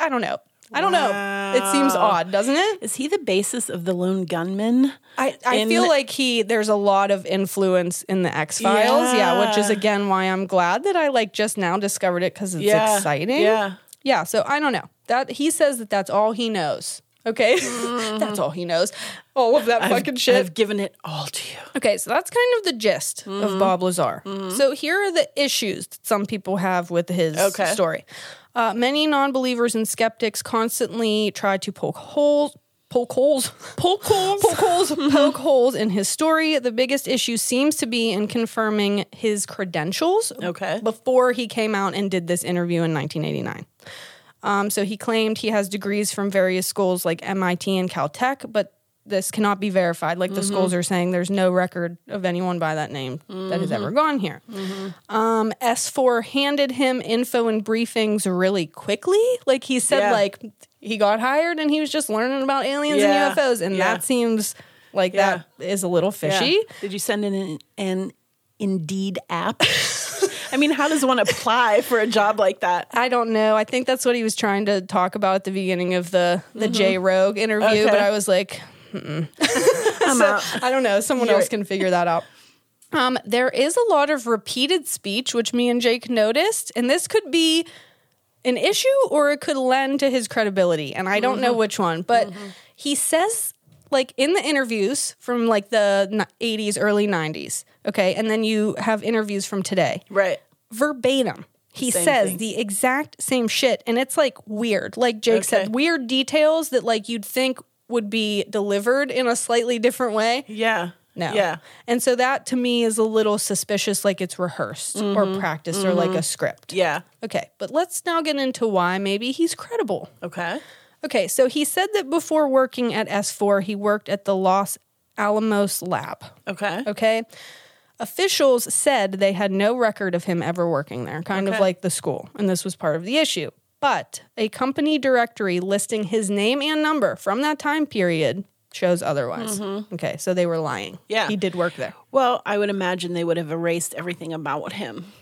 A: I don't know. I don't know. It seems odd, doesn't it?
B: Is he the basis of the lone gunman?
A: I, I
B: In-
A: feel like he there's a lot of influence in the X Files, yeah. which is
B: Yeah.
A: again why I'm glad that I like just now discovered it because it's
B: Yeah,
A: exciting.
B: yeah.
A: yeah. So I don't know that he says that that's all he knows. Okay, that's all he knows. All of that fucking shit.
B: Mm. I've given it all to you.
A: Okay, so that's kind of the gist of Bob Lazar. So here are the issues that some people have with his
B: Okay.
A: story. Uh, many non-believers and skeptics constantly try to poke holes. Poke holes, poke holes, Mm-hmm. poke holes, poke holes in his story. The biggest issue seems to be in confirming his credentials
B: Okay.
A: before he came out and did this interview in 1989. Um, so he claimed he has degrees from various schools like MIT and Caltech, but this cannot be verified. Like the
B: Mm-hmm.
A: schools are saying, there's no record of anyone by that name that has
B: Mm-hmm.
A: ever gone here. Um, S4 handed him info and briefings really quickly. Like he said,
B: Yeah.
A: like he got hired and he was just learning about aliens
B: Yeah.
A: and UFOs, and
B: Yeah.
A: that seems like that is a little
B: Yeah.
A: fishy.
B: Did you send in an, an Indeed app? I mean, how does one apply for a job like that?
A: I don't know. I think that's what he was trying to talk about at the beginning of the the J Rogue interview,
B: Mm-hmm. Okay.
A: but I was like,
B: I'm out.
A: I don't know. Someone else can figure that out. Um, there is a lot of repeated speech, which me and Jake noticed, and this could be an issue or it could lend to his credibility, and I don't
B: Mm-hmm.
A: know which one. But he says, like in the interviews from like the n- '80s, early '90s, okay, and then you have interviews from today
B: Right.
A: verbatim. He
B: Same
A: says
B: thing.
A: the exact same shit. And it's like weird. Like Jake
B: Okay.
A: said, weird details that like you'd think would be delivered in a slightly different way.
B: Yeah.
A: No.
B: Yeah.
A: And so that to me is a little suspicious, like it's rehearsed or practiced or like a script.
B: Mm-hmm. Yeah.
A: Okay. But let's now get into why maybe he's credible.
B: Okay.
A: Okay, so he said that before working at S4, he worked at the Los Alamos lab.
B: Okay.
A: Okay. Officials said they had no record of him ever working there, kind of
B: Okay.
A: like the school, and this was part of the issue. But a company directory listing his name and number from that time period shows otherwise. Okay, so they were lying.
B: Mm-hmm. Yeah.
A: He did work there.
B: Well, I would imagine they would have erased everything about him.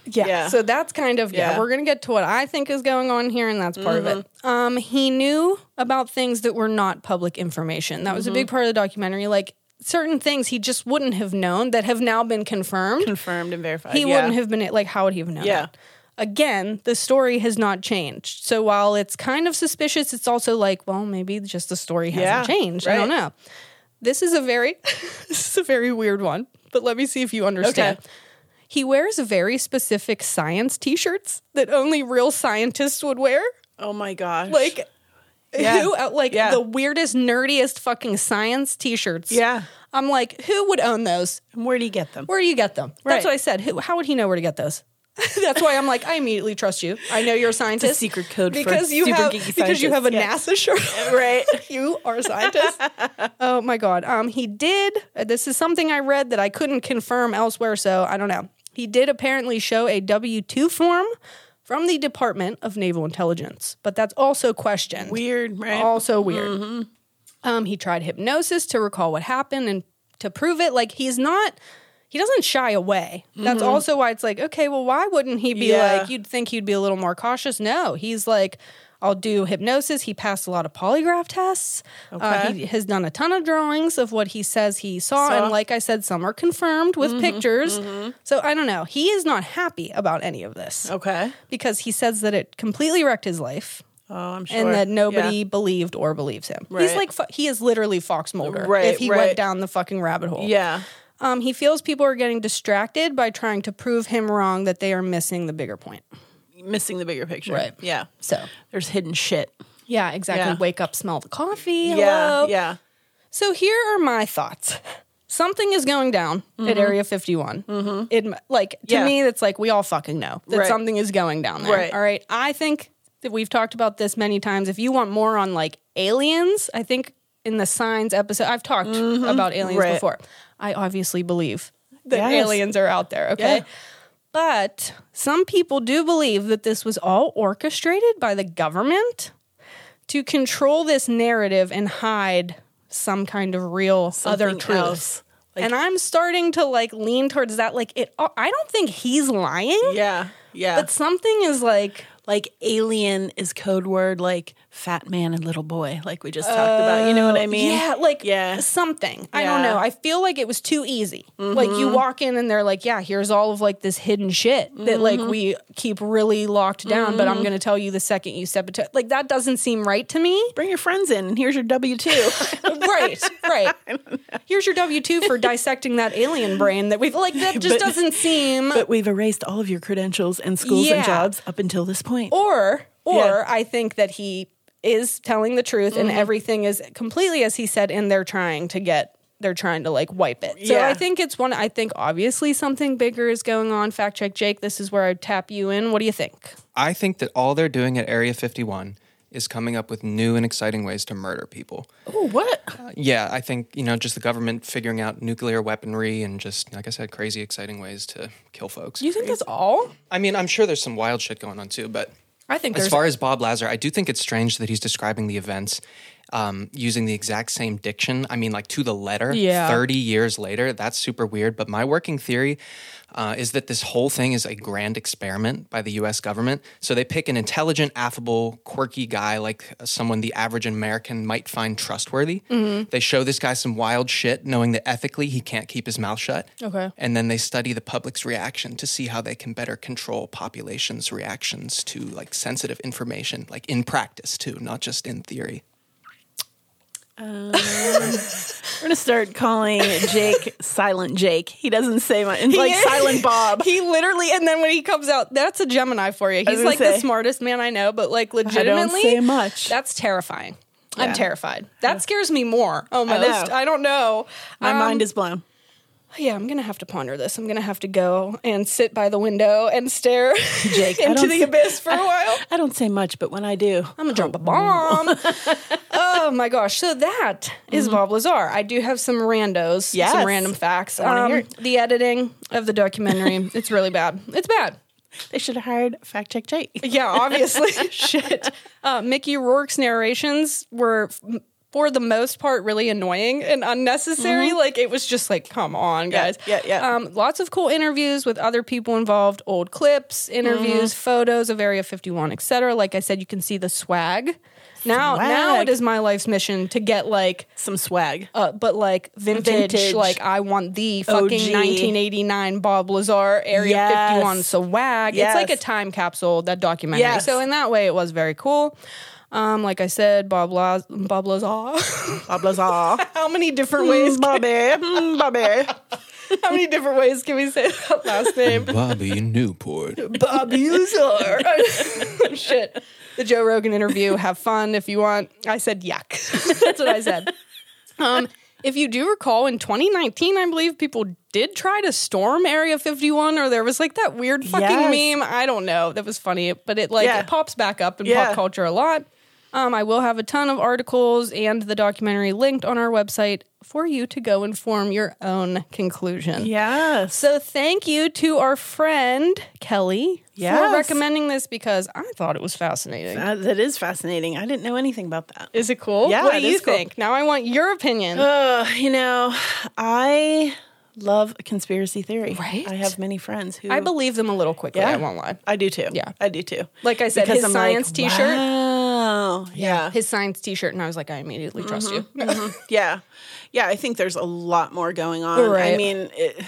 A: So that's kind of, yeah,
B: Yeah. Mm-hmm.
A: we're going to get to what I think is going on here, and that's part of it. Um, he knew about things that were not public information. That was a
B: Mm-hmm.
A: big part of the documentary. Like certain things he just wouldn't have known that have now been confirmed.
B: confirmed and verified.
A: he
B: yeah.
A: wouldn't have been like how would he have known
B: Yeah.
A: that? again the story has not changed so while it's kind of suspicious it's also like well maybe just the story hasn't
B: Yeah,
A: changed i don't
B: right.
A: know this is a very this is a very weird one but let me see if you understand
B: Okay.
A: he wears very specific science t-shirts that only real scientists would wear
B: Oh my gosh.
A: like
B: Yeah.
A: who out- like
B: Yeah.
A: the weirdest nerdiest fucking science t-shirts
B: Yeah.
A: i'm like who would own those
B: And where do you get them?
A: where do you get them? That's
B: Right.
A: what I said. Who, how would he know where to get those? That's why I'm like, I immediately trust you. I know you're a scientist.
B: secret code for
A: because you
B: super
A: have
B: geeky
A: because you have a
B: scientists,
A: NASA shirt.
B: Right.
A: you are a scientist. oh my god. Um, he did. uh, This is something I read that I couldn't confirm elsewhere, so I don't know. He did apparently show a W two form from the Department of Naval Intelligence, but that's also questioned.
B: Weird, right? Mm-hmm.
A: Also weird. Um, he tried hypnosis to recall what happened and to prove it. Like he's not, he doesn't shy away. That's also why it's like, okay, well, why wouldn't he be
B: Mm-hmm. Yeah.
A: like? You'd think he'd be a little more cautious. No, he's like, I'll do hypnosis. He passed a lot of polygraph tests. Uh,
B: Okay.
A: he has done a ton of drawings of what he says he saw,
B: Saw. Mm-hmm.
A: and like I said, some are confirmed with pictures. So I don't know. He is not happy about any of this
B: okay.
A: because he says that it completely wrecked his life
B: Oh, I'm sure.
A: and that nobody
B: Yeah.
A: believed or believes him. He's
B: Right.
A: like fo- he is literally Fox Mulder
B: Right,
A: if he
B: right.
A: went down the fucking rabbit hole.
B: Yeah.
A: Um, he feels people are getting distracted by trying to prove him wrong that they are missing the bigger point.
B: Missing the bigger picture.
A: Right.
B: Yeah.
A: So,
B: There's hidden shit.
A: yeah, exactly.
B: Yeah.
A: Wake up, smell the coffee.
B: Yeah.
A: hello.
B: Yeah.
A: So here are my thoughts. Something is going down at Area 51. It like to
B: Mm-hmm. Yeah.
A: me, that's like we all fucking know that
B: Right.
A: something is going down there.
B: Right.
A: All right. I think that we've talked about this many times. If you want more on like aliens, I think in the signs episode, I've talked about aliens
B: Mm-hmm. Right.
A: before. I obviously believe that
B: Yes.
A: aliens are out there. Okay.
B: Yeah.
A: But some people do believe that this was all orchestrated by the government to control this narrative and hide some kind of real other
B: Something
A: truth.
B: else. Like-
A: and I'm starting to like lean towards that. Like it, uh, I don't think he's lying,
B: Yeah. Yeah.
A: but something is like
B: like alien is code word like fat man and little boy, like we just talked about. You know what I mean?
A: yeah, like
B: Oh, Yeah.
A: something. I don't
B: Yeah. Mm-hmm.
A: know. I feel like it was too easy. Like you walk in and they're like, yeah, here's all of like this hidden shit that like
B: Mm-hmm.
A: we keep really locked down, but I'm going to tell you the second you step into like that doesn't seem right to me.
B: Bring your friends in. Here's your W two.
A: right, right. Here's your W two for dissecting that alien brain that we've like that just
B: But-
A: doesn't seem
B: but we've erased all of your credentials and schools
A: Yeah.
B: and jobs up until this point.
A: or or
B: Yeah. Mm-hmm.
A: I think that he is telling the truth and everything is completely as he said and they're trying to get they're trying to like wipe it. So
B: Yeah.
A: I think it's one I think obviously something bigger is going on. Fact check Jake, this is where I tap you in. What do you think?
C: I think that all they're doing at Area 51 is coming up with new and exciting ways to murder people. Uh,
B: Oh, what?
C: Yeah, I think, you know, just the government figuring out nuclear weaponry and just, like I said, crazy, exciting ways to kill folks.
A: Do you think that's all?
C: I mean, I'm sure there's some wild shit going on too, but
A: I think
C: as
A: there's
C: far as Bob Lazar, I do think it's strange that he's describing the events um, using the exact same diction. I mean, like to the letter,
A: Yeah.
C: 30 years later. That's super weird. But my working theory uh, is that this whole thing is a grand experiment by the US government. So they pick an intelligent, affable, quirky guy, like uh, someone the average American might find trustworthy. They show this guy some wild shit, knowing that ethically he can't keep his mouth shut.
A: Okay.
C: And then they study the public's reaction to see how they can better control populations' reactions to like sensitive information, like in practice too, not just in theory.
B: We're gonna start calling Jake Silent Jake. He doesn't say much. It's like
A: is.
B: Silent Bob.
A: He literally, and then when he comes out, that's a Gemini for you. He's
B: gonna
A: like the
B: say.
A: smartest man I know, but like legitimately,
B: say much.
A: That's terrifying.
B: Yeah.
A: I'm terrified. That scares me more. Almost.
B: know.
A: I, don't know.
B: My
A: Um,
B: mind is blown.
A: Yeah, I'm gonna have to ponder this. I'm gonna have to go and sit by the window and stare
B: Jake, I
A: into
B: don't
A: the
B: see-
A: abyss for a while.
B: I don't say much, but when I do,
A: I'm gonna drop a bomb. oh my gosh! So that is Bob Lazar. I do have some randos,
B: Mm-hmm. Yes.
A: some random facts. Um,
B: wanna hear it.
A: the editing of the documentary, it's really bad. It's bad.
B: they should have hired Fact Check Jake.
A: Yeah, obviously. Shit. Uh, Mickey Rourke's narrations were, f- for the most part, really annoying and unnecessary. Like, it was just like, come on, guys.
B: Mm-hmm. yeah, yeah.
A: Um, lots of cool interviews with other people involved, old clips, interviews,
B: Mm-hmm.
A: photos of Area 51, etc. Like I said, you can see the swag. Now, now
B: Swag.
A: it is my life's mission to get like,
B: Some swag.
A: uh, but like vintage,
B: Vintage.
A: like I want the fucking
B: OG.
A: 1989 Bob Lazar Area
B: Yes.
A: 51 swag.
B: Yes.
A: It's like a time capsule that documentary.
B: Yes.
A: So in that way, it was very cool. Um, like I said, Bob Laz- Bob Lazar.
B: Bob Lazar.
A: how many different ways?
B: Bobby. Mm, Bobby. Mm.
A: How many different ways can we say that last name?
C: Bobby Newport.
A: Bob Lazar. Oh, Shit. The Joe Rogan interview. Have fun if you want. I said yuck. That's what I said. Um, if you do recall, in 2019, I believe people did try to storm Area 51, or there was like that weird fucking
B: Yes.
A: meme. I don't know. That was funny, but it like
B: Yeah.
A: it pops back up in
B: Yeah.
A: pop culture a lot. Um, I will have a ton of articles and the documentary linked on our website for you to go and form your own conclusion.
B: Yes.
A: So thank you to our friend Kelly
B: Yes.
A: for recommending this because I thought it was fascinating.
B: Uh, that is fascinating. I didn't know anything about that.
A: Is it cool?
B: Yeah,
A: what do
B: it
A: you
B: is cool.
A: think? Now I want your opinion.
B: Uh, you know, I love a conspiracy theory.
A: Right?
B: I have many friends who
A: I believe them a little quickly.
B: Yeah.
A: I won't lie.
B: I do too.
A: Yeah.
B: I do too.
A: Like I said, his science T-shirt.
B: Wow. Yeah. Mm-hmm.
A: His science T-shirt, and I was like, I immediately trust you.
B: Yeah. Yeah. I think there's a lot more going on. I
A: Right.
B: mean, it,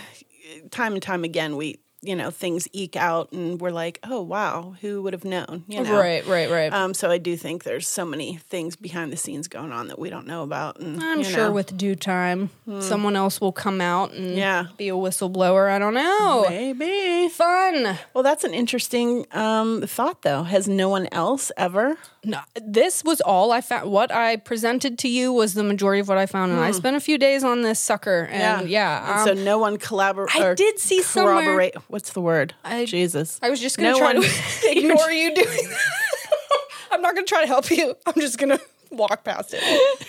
B: time and time again, we you know, things eke out and we're like, oh, wow, who would have known? You know?
A: Right, right, right.
B: Um, so I do think there's so many things behind the scenes going on that we don't know about. And,
A: I'm
B: you
A: sure
B: know, Hmm.
A: with due time, someone else will come out and
B: Yeah.
A: be a whistleblower. I don't know.
B: maybe.
A: Fun.
B: Well, that's an interesting um, thought, though. Has no one else ever?
A: No, this was all I found. What I presented to you was the majority of what I found, and I
B: Hmm.
A: spent a few days on this sucker. And yeah,
B: And
A: um,
B: so no one collaborate.
A: I did see somewhere-
B: corroborate. What's the word?
A: I-
B: Jesus.
A: I was just gonna
B: No
A: try
B: one-
A: to ignore you doing that. I'm not gonna try to help you. I'm just gonna walk past it.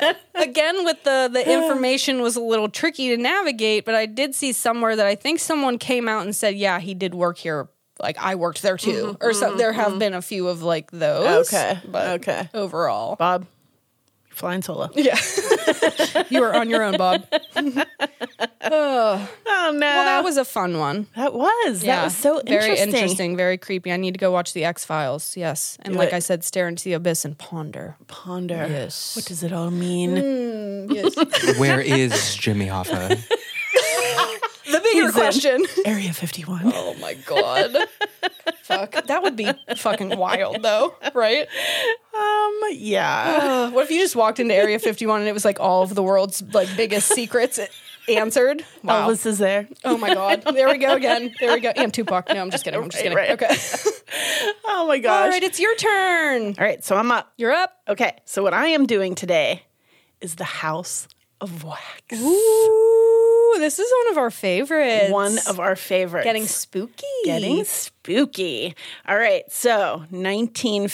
A: Uh, again, with the the information was a little tricky to navigate, but I did see somewhere that I think someone came out and said, "Yeah, he did work here. Like I worked there too." or so there have been a few of like those.
B: Mm-hmm, Okay,
A: but
B: okay.
A: Overall,
B: Bob, you're flying solo.
A: yeah, you are on your own, Bob. oh,
B: Oh no,
A: well, that was a fun one.
B: that was that was so
A: very
B: interesting.
A: interesting, very creepy. I need to go watch the X Files. Yes, and
B: Do
A: like
B: it.
A: I said, stare into the abyss and ponder.
B: Ponder.
A: Yes.
B: What does it all mean?
A: Mm. Yes. the
C: Where is Jimmy Hoffa?
A: bigger
B: in.
A: question.
B: Area fifty one.
A: Oh my god. Fuck. That would be fucking wild though, right?
B: Um. Yeah.
A: Uh, what if you just walked into Area 51 and it was like all of the world's like biggest secrets answered? Wow.
B: Elvis is there.
A: oh my god. There we go again. There we go. And Tupac. No, I'm just kidding. I'm just kidding.
B: Right, right.
A: Okay.
B: Oh my gosh.
A: all right, it's your turn.
B: All right, so I'm up.
A: You're up.
B: Okay, so what I am doing today is the House of Wax.
A: Ooh, this is one of our favorites.
B: One of our favorites.
A: getting spooky.
B: Getting spooky. All right, so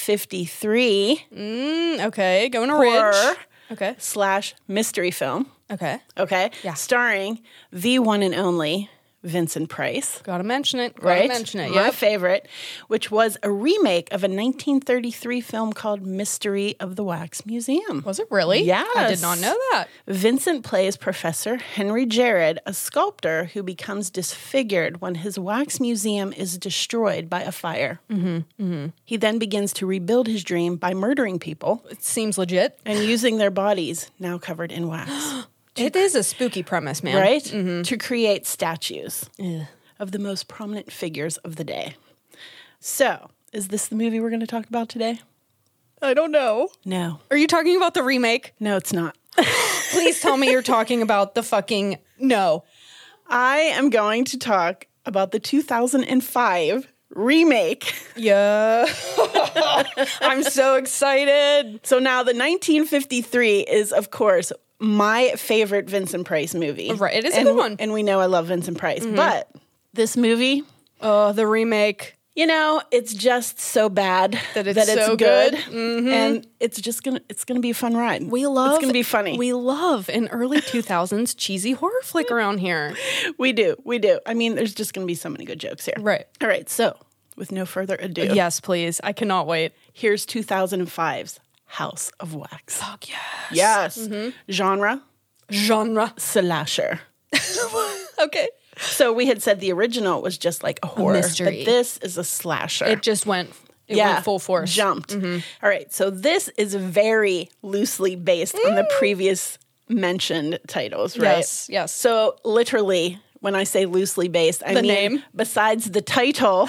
B: 1953
A: Mm, okay, going to
B: Horror.
A: Ridge. Okay.
B: slash mystery film.
A: Okay.
B: Okay,
A: Yeah.
B: starring the one and only Vincent Price.
A: Got to mention it. Got to
B: Right,
A: mention it.
B: my
A: Yeah.
B: favorite, which was a remake of a 1933 film called Mystery of the Wax Museum.
A: Was it really? I did not
B: Yes.
A: know that.
B: Vincent plays Professor Henry Jared, a sculptor who becomes disfigured when his wax museum is destroyed by a fire.
A: Mm-hmm,
B: He then begins to rebuild his dream by murdering people
A: It seems legit.
B: and using their bodies, now covered in wax,
A: It is a spooky premise, man.
B: right?
A: mm-hmm.
B: To create statues of the most prominent figures of the day. So, is this the movie we're going to talk about today?
A: I don't know.
B: No,
A: Are you talking about the remake?
B: no, it's not.
A: Please tell me you're talking about the fucking no.
B: I am going to talk about the 2005 remake.
A: Yeah. I'm so excited.
B: So now the 1953 is, of course, my favorite Vincent Price movie.
A: Right, it is a
B: and,
A: good one. Mm-hmm.
B: And we know I love Vincent Price. But this movie,
A: Oh, the remake.
B: you know, it's just so bad
A: That it's so good. Mm-hmm.
B: And it's just going to it's going to be a fun ride.
A: We love
B: It's going to be funny.
A: We love an early 2000s cheesy horror flick around here.
B: we do. We do. I mean, there's just going to be so many good jokes here.
A: Right.
B: All right. So, with no further ado,
A: Yes, please. I cannot wait.
B: here's 2005's House of Wax.
A: Fuck yeah.
B: Yes.
A: Mm-hmm.
B: Genre
A: Genre.
B: slasher.
A: Okay.
B: So we had said the original was just like a horror,
A: mystery.
B: but this is a slasher.
A: It just went it went full force. Mm-hmm.
B: Jumped. All right. So this is very loosely based on the previous mentioned titles, right?
A: Mm. Yes, yes.
B: So literally, when I say loosely based, I
A: The
B: mean
A: name.
B: besides the title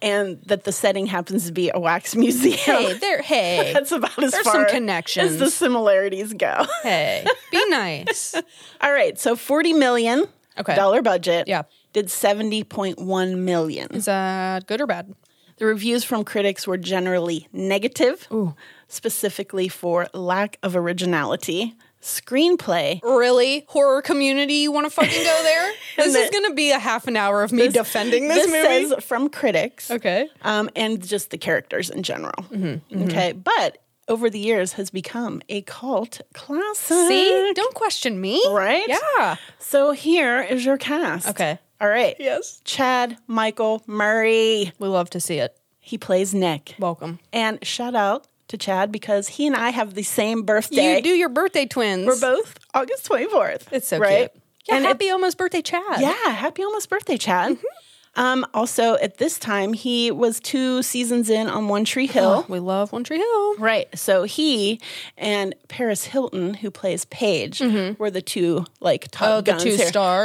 B: and that the setting happens to be a wax museum.
A: Hey, there hey.
B: That's about as
A: There's some
B: far as
A: connections.
B: the similarities go.
A: hey. Be nice.
B: All right, so forty million
A: Okay.
B: dollar budget.
A: Yeah.
B: did seventy point one million.
A: Is that good or bad?
B: The reviews from critics were generally negative, specifically for lack of originality, screenplay.
A: Really? Horror community, you wanna fucking go there? this is gonna be a half an hour of me defending this, movie.
B: says from critics,
A: okay. Mm-hmm.
B: um, and just the characters in general. Okay, but over the years has become a cult classic.
A: See? Don't question me.
B: Right?
A: Yeah.
B: So here is your cast.
A: Okay.
B: All right.
A: Yes.
B: Chad Michael Murray.
A: We love to see it.
B: He plays Nick.
A: Welcome.
B: And shout out to Chad because he and I have the same birthday.
A: You do your birthday twins.
B: We're both August 24th.
A: It's so
B: right?
A: cute. Yeah,
B: and
A: happy almost birthday, Chad.
B: it- yeah, happy almost birthday, Chad.
A: Mm-hmm.
B: Um, also, at this time, he was two seasons in on One Tree
A: Uh-huh.
B: Hill.
A: Oh, We love One Tree Hill.
B: Right. So he and Paris Hilton, who plays Paige, were the two like top
A: Mm-hmm. Oh, the
B: guns
A: two
B: here.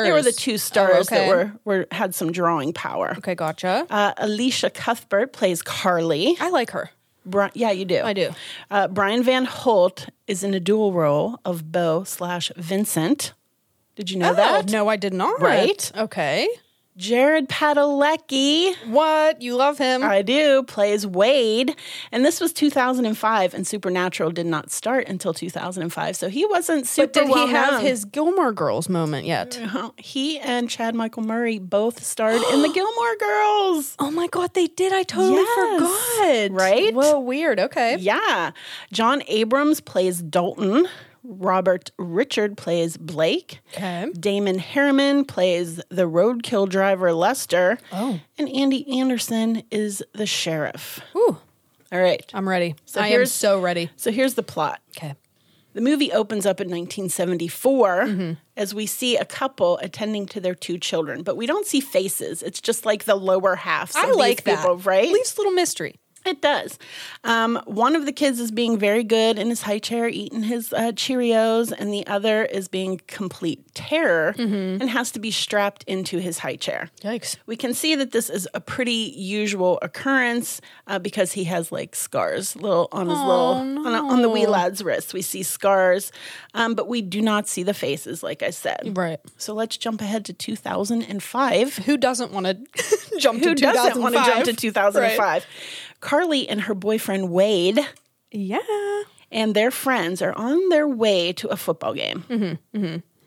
B: They were the
A: stars.
B: two stars
A: okay.
B: that were, were had some drawing power.
A: Okay, gotcha.
B: Uh, Alicia Cuthbert plays Carly.
A: I like her.
B: Bri- yeah, you do.
A: I do.
B: Uh, Brian Van Holt is in a dual role of Beau slash Vincent. Did
A: Oh,
B: you know that?
A: no, I did not.
B: Right.
A: Okay.
B: Jared Padalecki.
A: What? You love him?
B: I do plays Wade, and this was 2005, and Supernatural did not start until 2005, so he wasn't super
A: but did
B: well
A: he have
B: known.
A: his Gilmore Girls moment yet?
B: Uh-huh. He and Chad Michael Murray both starred in the Gilmore Girls.
A: Oh my god, they did. I totally
B: Yes.
A: forgot.
B: Right?
A: Well, weird. Okay.
B: Yeah, John Abrams plays Dalton. Robert Richard plays Blake.
A: Okay.
B: Damon Harriman plays the roadkill driver Lester. Oh. And Andy Anderson is the sheriff.
A: Ooh,
B: All right.
A: I'm ready.
B: So
A: I am
B: here's-
A: so ready.
B: So here's the plot.
A: Okay.
B: The movie opens up in 1974
A: Mm-hmm.
B: as we see a couple attending to their two children, but we don't see faces. It's just like the lower halves.
A: I
B: of these
A: like that.
B: people, right?
A: At least little mystery.
B: It does. Um, one of the kids is being very good in his high chair, eating his uh, Cheerios, and the other is being complete terror
A: Mm-hmm.
B: and has to be strapped into his high chair.
A: Yikes.
B: We can see that this is a pretty usual occurrence uh, because he has like scars, little on his little on, a- on the wee lad's wrist. We see scars, um, but we do not see the faces, like I said.
A: Right.
B: So let's jump ahead to 2005.
A: Who doesn't want to jump
B: Who
A: to
B: doesn't want to jump
A: 2005?
B: to 2005? Carly and her boyfriend Wade
A: Yeah.
B: and their friends are on their way to a football game.
A: Mm-hmm,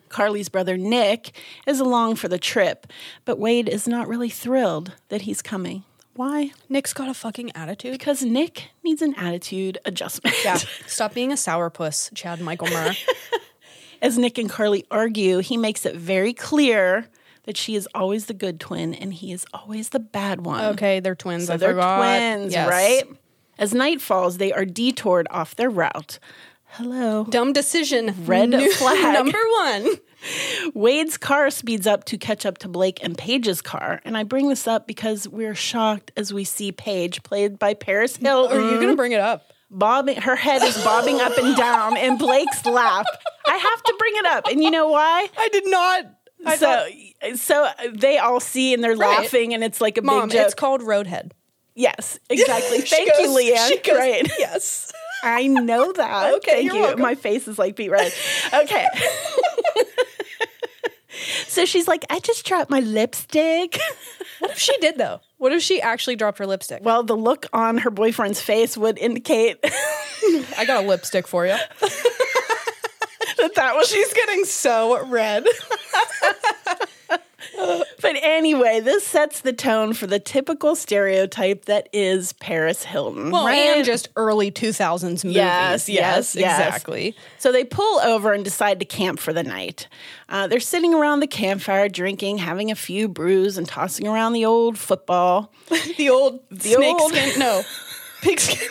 B: Carly's brother Nick is along for the trip, but Wade is not really thrilled that he's coming. Why?
A: Nick's got a fucking attitude.
B: Because Nick needs an attitude adjustment.
A: Yeah. Stop being a sourpuss, Chad Michael Murr.
B: As Nick and Carly argue, he makes it very clear that she is always the good twin and he is always the bad one.
A: okay, they're twins. I
B: So they're
A: forgot.
B: twins,
A: Yes.
B: right? As night falls, they are detoured off their route. Hello.
A: Dumb decision.
B: Red
A: New-
B: flag.
A: Number one.
B: Wade's car speeds up to catch up to Blake and Paige's car. And I bring this up because we're shocked as we see Paige, played by Paris Hilton,
A: Are you going to bring it up?
B: bobbing, her head is bobbing up and down in Blake's lap. I have to bring it up. And you know why?
A: I did not. I
B: so,
A: thought-
B: so they all see and they're
A: Right.
B: laughing, and it's like a
A: Mom,
B: big joke.
A: it's called Roadhead.
B: yes, exactly.
A: She
B: Thank you,
A: goes-
B: Leanne.
A: she goes,
B: right.
A: Yes.
B: I know that.
A: Okay,
B: Thank
A: you're
B: you.
A: welcome.
B: My face is like beat red. Okay. so she's like, I just dropped my lipstick.
A: What if she did though? What if she actually dropped her lipstick?
B: Well, the look on her boyfriend's face would indicate
A: I got a lipstick for you.
B: that that was.
A: She's getting so red.
B: But anyway, this sets the tone for the typical stereotype that is Paris Hilton.
A: Well,
B: right?
A: and just early 2000s movies.
B: Yes, yes, yes.
A: exactly.
B: So they pull over and decide to camp for the night. Uh, they're sitting around the campfire, drinking, having a few brews, and tossing around the old football.
A: The old snake
B: old-
A: skin. No. Pigskin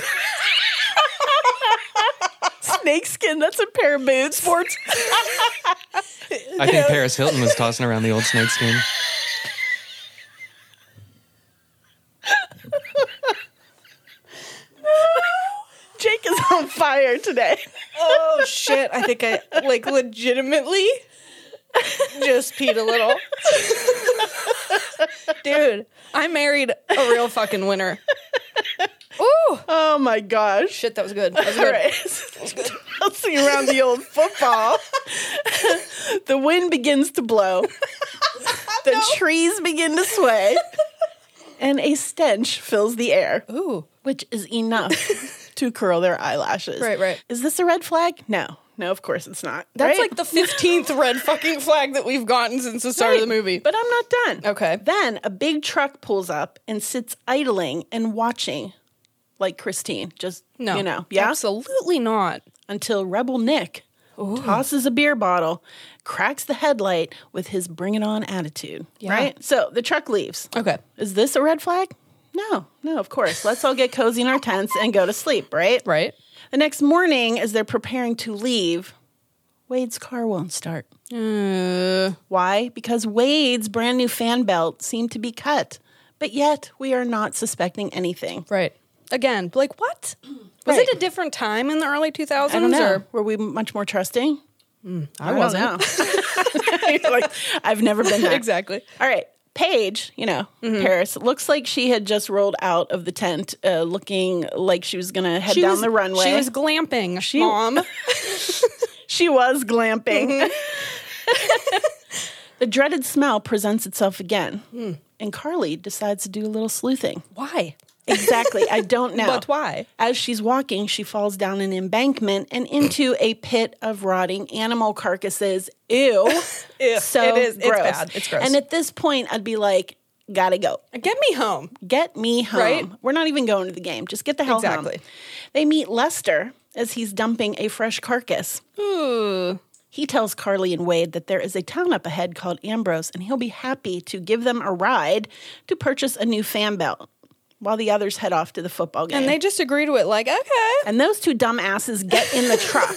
B: Snakeskin, that's a pair of boots.
A: sports.
C: I think Paris Hilton was tossing around the old snakeskin.
B: Jake is on fire today.
A: Oh shit. I think I like legitimately just peed a little. Dude, I married a real fucking winner. Ooh.
B: Oh my gosh.
A: Shit, that was good. That was
B: All
A: good.
B: right. Bouncing around the old football. the wind begins to blow. The trees begin to sway. And a stench fills the air,
A: Ooh.
B: which is enough to curl their eyelashes.
A: Right, right.
B: Is this a red flag? No. No, of course it's not.
A: That's
B: right?
A: like the 15th red fucking flag that we've gotten since the start of the
B: Right,
A: movie.
B: But I'm not done.
A: Okay.
B: Then a big truck pulls up and sits idling and watching like Christine. Just,
A: no.
B: you know, yeah?
A: Absolutely not.
B: until Rebel Nick tosses a beer bottle, cracks the headlight with his bring it on attitude. Right? So the truck leaves.
A: Okay.
B: Is this a red flag? No, no, of course. Let's all get cozy in our tents and go to sleep, right?
A: Right.
B: The next morning, as they're preparing to leave, Wade's car won't start.
A: Uh,
B: Why? Because Wade's brand new fan belt seemed to be cut, but yet we are not suspecting anything.
A: right. Again, like what? Was
B: Right.
A: it a different time in the early 2000s?
B: I don't know.
A: Or,
B: Were we much more trusting?
A: Mm, I,
B: don't
A: wasn't.
B: know. You're like, I've never been there.
A: Exactly.
B: All right. Paige, you know,
A: Mm-hmm.
B: Paris, looks like she had just rolled out of the tent uh, looking like she was going to head down
A: was,
B: the runway.
A: She was glamping, mom.
B: She was glamping.
A: Mm-hmm.
B: the dreaded smell presents itself again.
A: Hmm.
B: And Carly decides to do a little sleuthing.
A: Why?
B: Exactly. I don't know.
A: But why?
B: As she's walking, she falls down an embankment and into a pit of rotting animal carcasses. Ew.
A: Ew.
B: So
A: It is- it's
B: gross.
A: bad. It's gross.
B: And at this point, I'd be like, gotta go.
A: Get me home.
B: Get me home.
A: Right?
B: We're not even going to the game. Just get the hell home.
A: Exactly.
B: They meet Lester as he's dumping a fresh carcass.
A: Ooh.
B: He tells Carly and Wade that there is a town up ahead called Ambrose, and he'll be happy to give them a ride to purchase a new fan belt while the others head off to the football game.
A: And they just agree to it, like, okay.
B: And those two dumbasses get in the truck.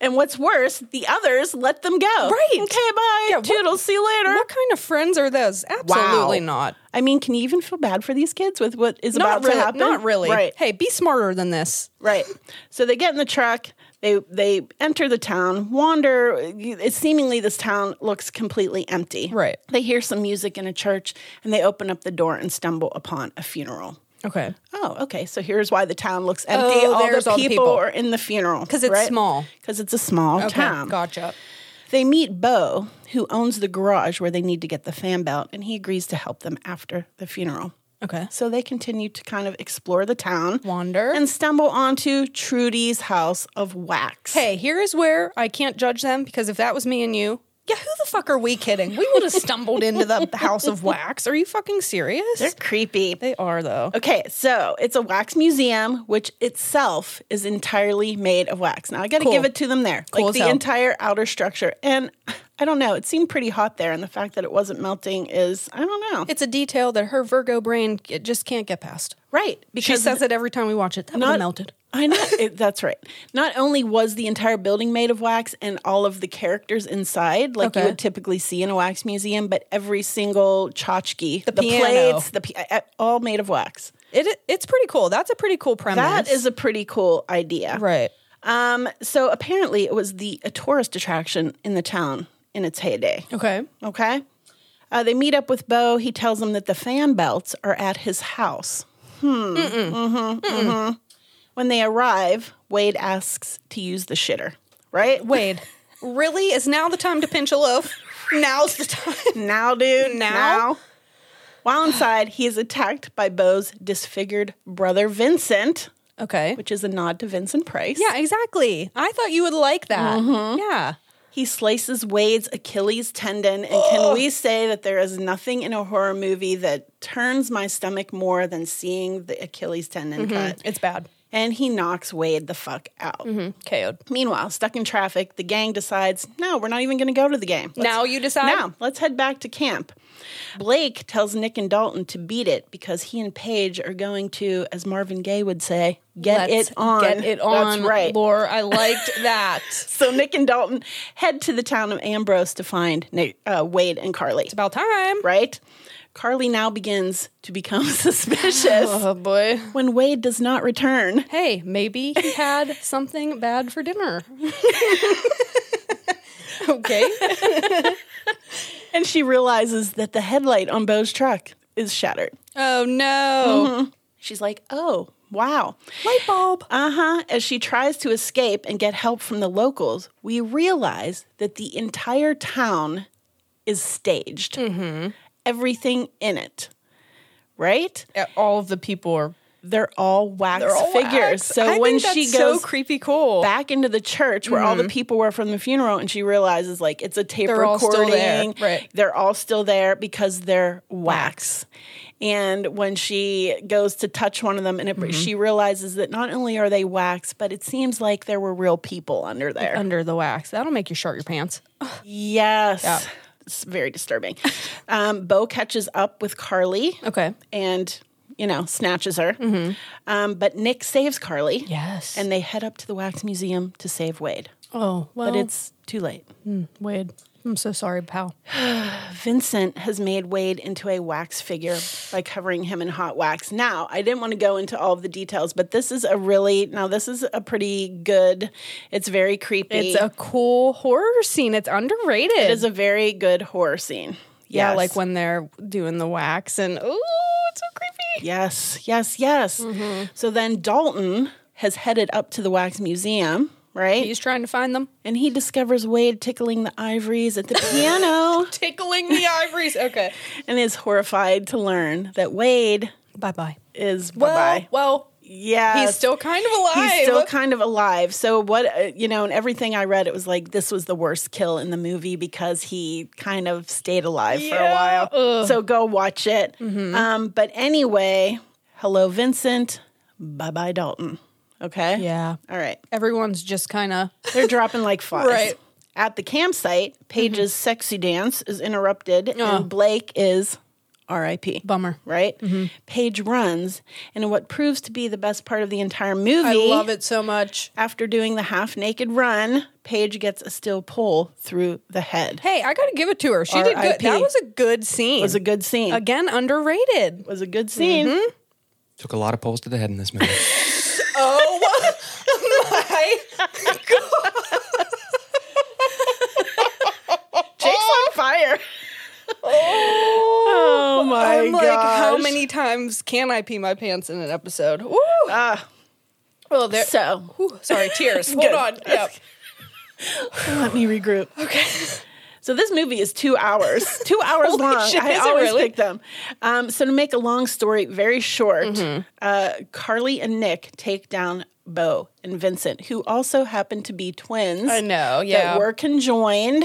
B: and what's worse, the others let them go.
A: Right.
B: Okay, bye.
A: Yeah, what-
B: Toodles, see you later.
A: What kind of friends are those? Absolutely not.
B: I mean, can you even feel bad for these kids with what is
A: Not
B: about
A: really.
B: to happen?
A: Not really.
B: Right.
A: Hey, be smarter than this.
B: Right. So they get in the truck. They they enter the town. Wander. It's seemingly this town looks completely empty.
A: Right.
B: They hear some music in a church, and they open up the door and stumble upon a funeral.
A: Okay.
B: Oh, okay. So here's why the town looks empty.
A: Oh,
B: all,
A: there's
B: the
A: all the
B: people
A: people.
B: are in the funeral
A: 'Cause it's small.
B: Because it's a small
A: Okay.
B: town.
A: Gotcha.
B: They meet Bo, who owns the garage where they need to get the fan belt, and he agrees to help them after the funeral.
A: Okay.
B: So they continue to kind of explore the town,
A: Wander.
B: and stumble onto Trudy's house of wax.
A: Hey, here is where I can't judge them because if that was me and you, yeah, who the fuck are we kidding? We would have stumbled into the house of wax. Are you fucking serious?
B: they're creepy.
A: They are though.
B: Okay, so it's a wax museum, which itself is entirely made of wax. Now I got to
A: Cool.
B: give it to them there,
A: Cool
B: like
A: as
B: the
A: hell.
B: entire outer structure. And I don't know, it seemed pretty hot there, and the fact that it wasn't melting is I don't know.
A: It's a detail that her Virgo brain it just can't get past.
B: right
A: She
B: because
A: says it every time we watch it. That would have melted.
B: I know it, that's right. Not only was the entire building made of wax and all of the characters inside, like you
A: Okay.
B: would typically see in a wax museum, but every single tchotchke, the,
A: piano.
B: plates, the pi- uh, all made of wax.
A: It it's pretty cool. That's a pretty cool premise.
B: That is a pretty cool idea.
A: right.
B: Um, so apparently, it was the a tourist attraction in the town in its heyday.
A: Okay.
B: Okay. Uh, they meet up with Bo. He tells them that the fan belts are at his house. Hmm. Mm-mm. Mm-hmm. Mm-hmm. When they arrive, Wade asks to use the shitter, right?
A: Wade, really? Is now the time to pinch a loaf? Now's the time.
B: Now, dude.
A: Now?
B: While inside, he is attacked by Bo's disfigured brother, Vincent,
A: Okay.
B: which is a nod to Vincent Price.
A: Yeah, exactly. I thought you would like that.
B: Mm-hmm.
A: Yeah.
B: He slices Wade's Achilles tendon. And can we say that there is nothing in a horror movie that turns my stomach more than seeing the Achilles tendon
A: Mm-hmm.
B: cut?
A: It's bad.
B: And he knocks Wade the fuck out.
A: Mm-hmm. KO'd.
B: Meanwhile, stuck in traffic, the gang decides, no, we're not even going to go to the game. Let's-
A: Now you decide?
B: Now, let's head back to camp. Blake tells Nick and Dalton to beat it because he and Paige are going to, as Marvin Gaye would say, get
A: Let's
B: it on.
A: Get it on.
B: That's right.
A: Lore, I liked that. it's
B: So Nick and Dalton head to the town of Ambrose to find Nick, uh, Wade and Carly.
A: about time.
B: Right? Carly now begins to become suspicious
A: Oh boy.
B: when Wade does not return.
A: Hey, maybe he had something bad for dinner. okay.
B: And she realizes that the headlight on Bo's truck is shattered.
A: Oh no.
B: She's like, oh, wow.
A: Mm-hmm. Light bulb.
B: Uh huh. As she tries to escape and get help from the locals, we realize that the entire town is staged, everything in it. Right?
A: Uh, All of the people are
B: They're all wax figures.
A: figures.
B: So when she goes
A: creepy cool. Mm-hmm.
B: back into the church where all the people were from the funeral and she realizes like it's a tape
A: They're all
B: recording
A: still there, right.
B: they're all still there because they're wax and when she goes to touch one of them and it,
A: Mm-hmm.
B: she realizes that not only are they wax but it seems like there were real people under there
A: under the wax. That'll make you short your pants.
B: yes it's very disturbing um, bo catches up with carly
A: Okay. Mm-hmm.
B: and you know snatches her um, but nick saves carly
A: Yes.
B: and they head up to the wax museum to save wade
A: Oh, well,
B: but it's too late.
A: Wade. I'm so sorry, pal.
B: Vincent has made Wade into a wax figure by covering him in hot wax. Now, I didn't want to go into all of the details, but this is a really now this is a pretty good. It's very creepy.
A: It's a cool horror scene. It's underrated.
B: it is a very good horror scene.
A: yeah,
B: Yes.
A: like when they're doing the wax and oh, it's so creepy.
B: Yes, yes, yes.
A: Mm-hmm.
B: So then Dalton has headed up to the wax museum, right?
A: He's trying to find them,
B: and he discovers Wade tickling the ivories at the piano
A: tickling the ivories. Okay,
B: and is horrified to learn that Wade
A: bye bye.
B: is bye
A: Well,
B: bye.
A: well,
B: Yeah.
A: he's still kind of alive.
B: He's still kind of alive. So what uh, you know, and everything I read, it was like this was the worst kill in the movie because he kind of stayed alive for a
A: Yeah. Mm-hmm.
B: while. So go watch it. Um, but anyway, hello Vincent, bye bye Dalton. Okay.
A: yeah,
B: All right.
A: everyone's just kind of
B: They're dropping like flies.
A: Right. Mm-hmm.
B: At the campsite, Paige's sexy dance is interrupted, and Blake is R.I.P.
A: bummer.
B: Right?
A: Mm-hmm.
B: Paige runs, and in what proves to be the best part of the entire movie,
A: I love it so much.
B: after doing the half naked run, Paige gets a steel pole through the head.
A: Hey, I gotta give it to her. She did good.
B: R.I.P..
A: That was a good scene.
B: It was a good scene.
A: Again, Mm-hmm. underrated.
B: was a good scene.
C: Took a lot of poles to the head in this movie.
A: Oh my
B: Jake's on fire. Oh, my
A: I'm like, how
B: gosh.
A: many times can I pee my pants in an episode? Woo!
B: Ah.
A: well, there.
B: So
A: Whew, sorry, tears. Hold
B: Good.
A: on. Yep.
B: Let me regroup. Okay. So this movie is two hours, two hours
A: Holy
B: long.
A: shit,
B: I
A: is it
B: always
A: really?
B: pick them. Um, so to make a long story very short,
A: Mm-hmm.
B: uh, Carly and Nick take down Bo and Vincent, who also happen to be twins.
A: I know, yeah. Mm-hmm.
B: that were conjoined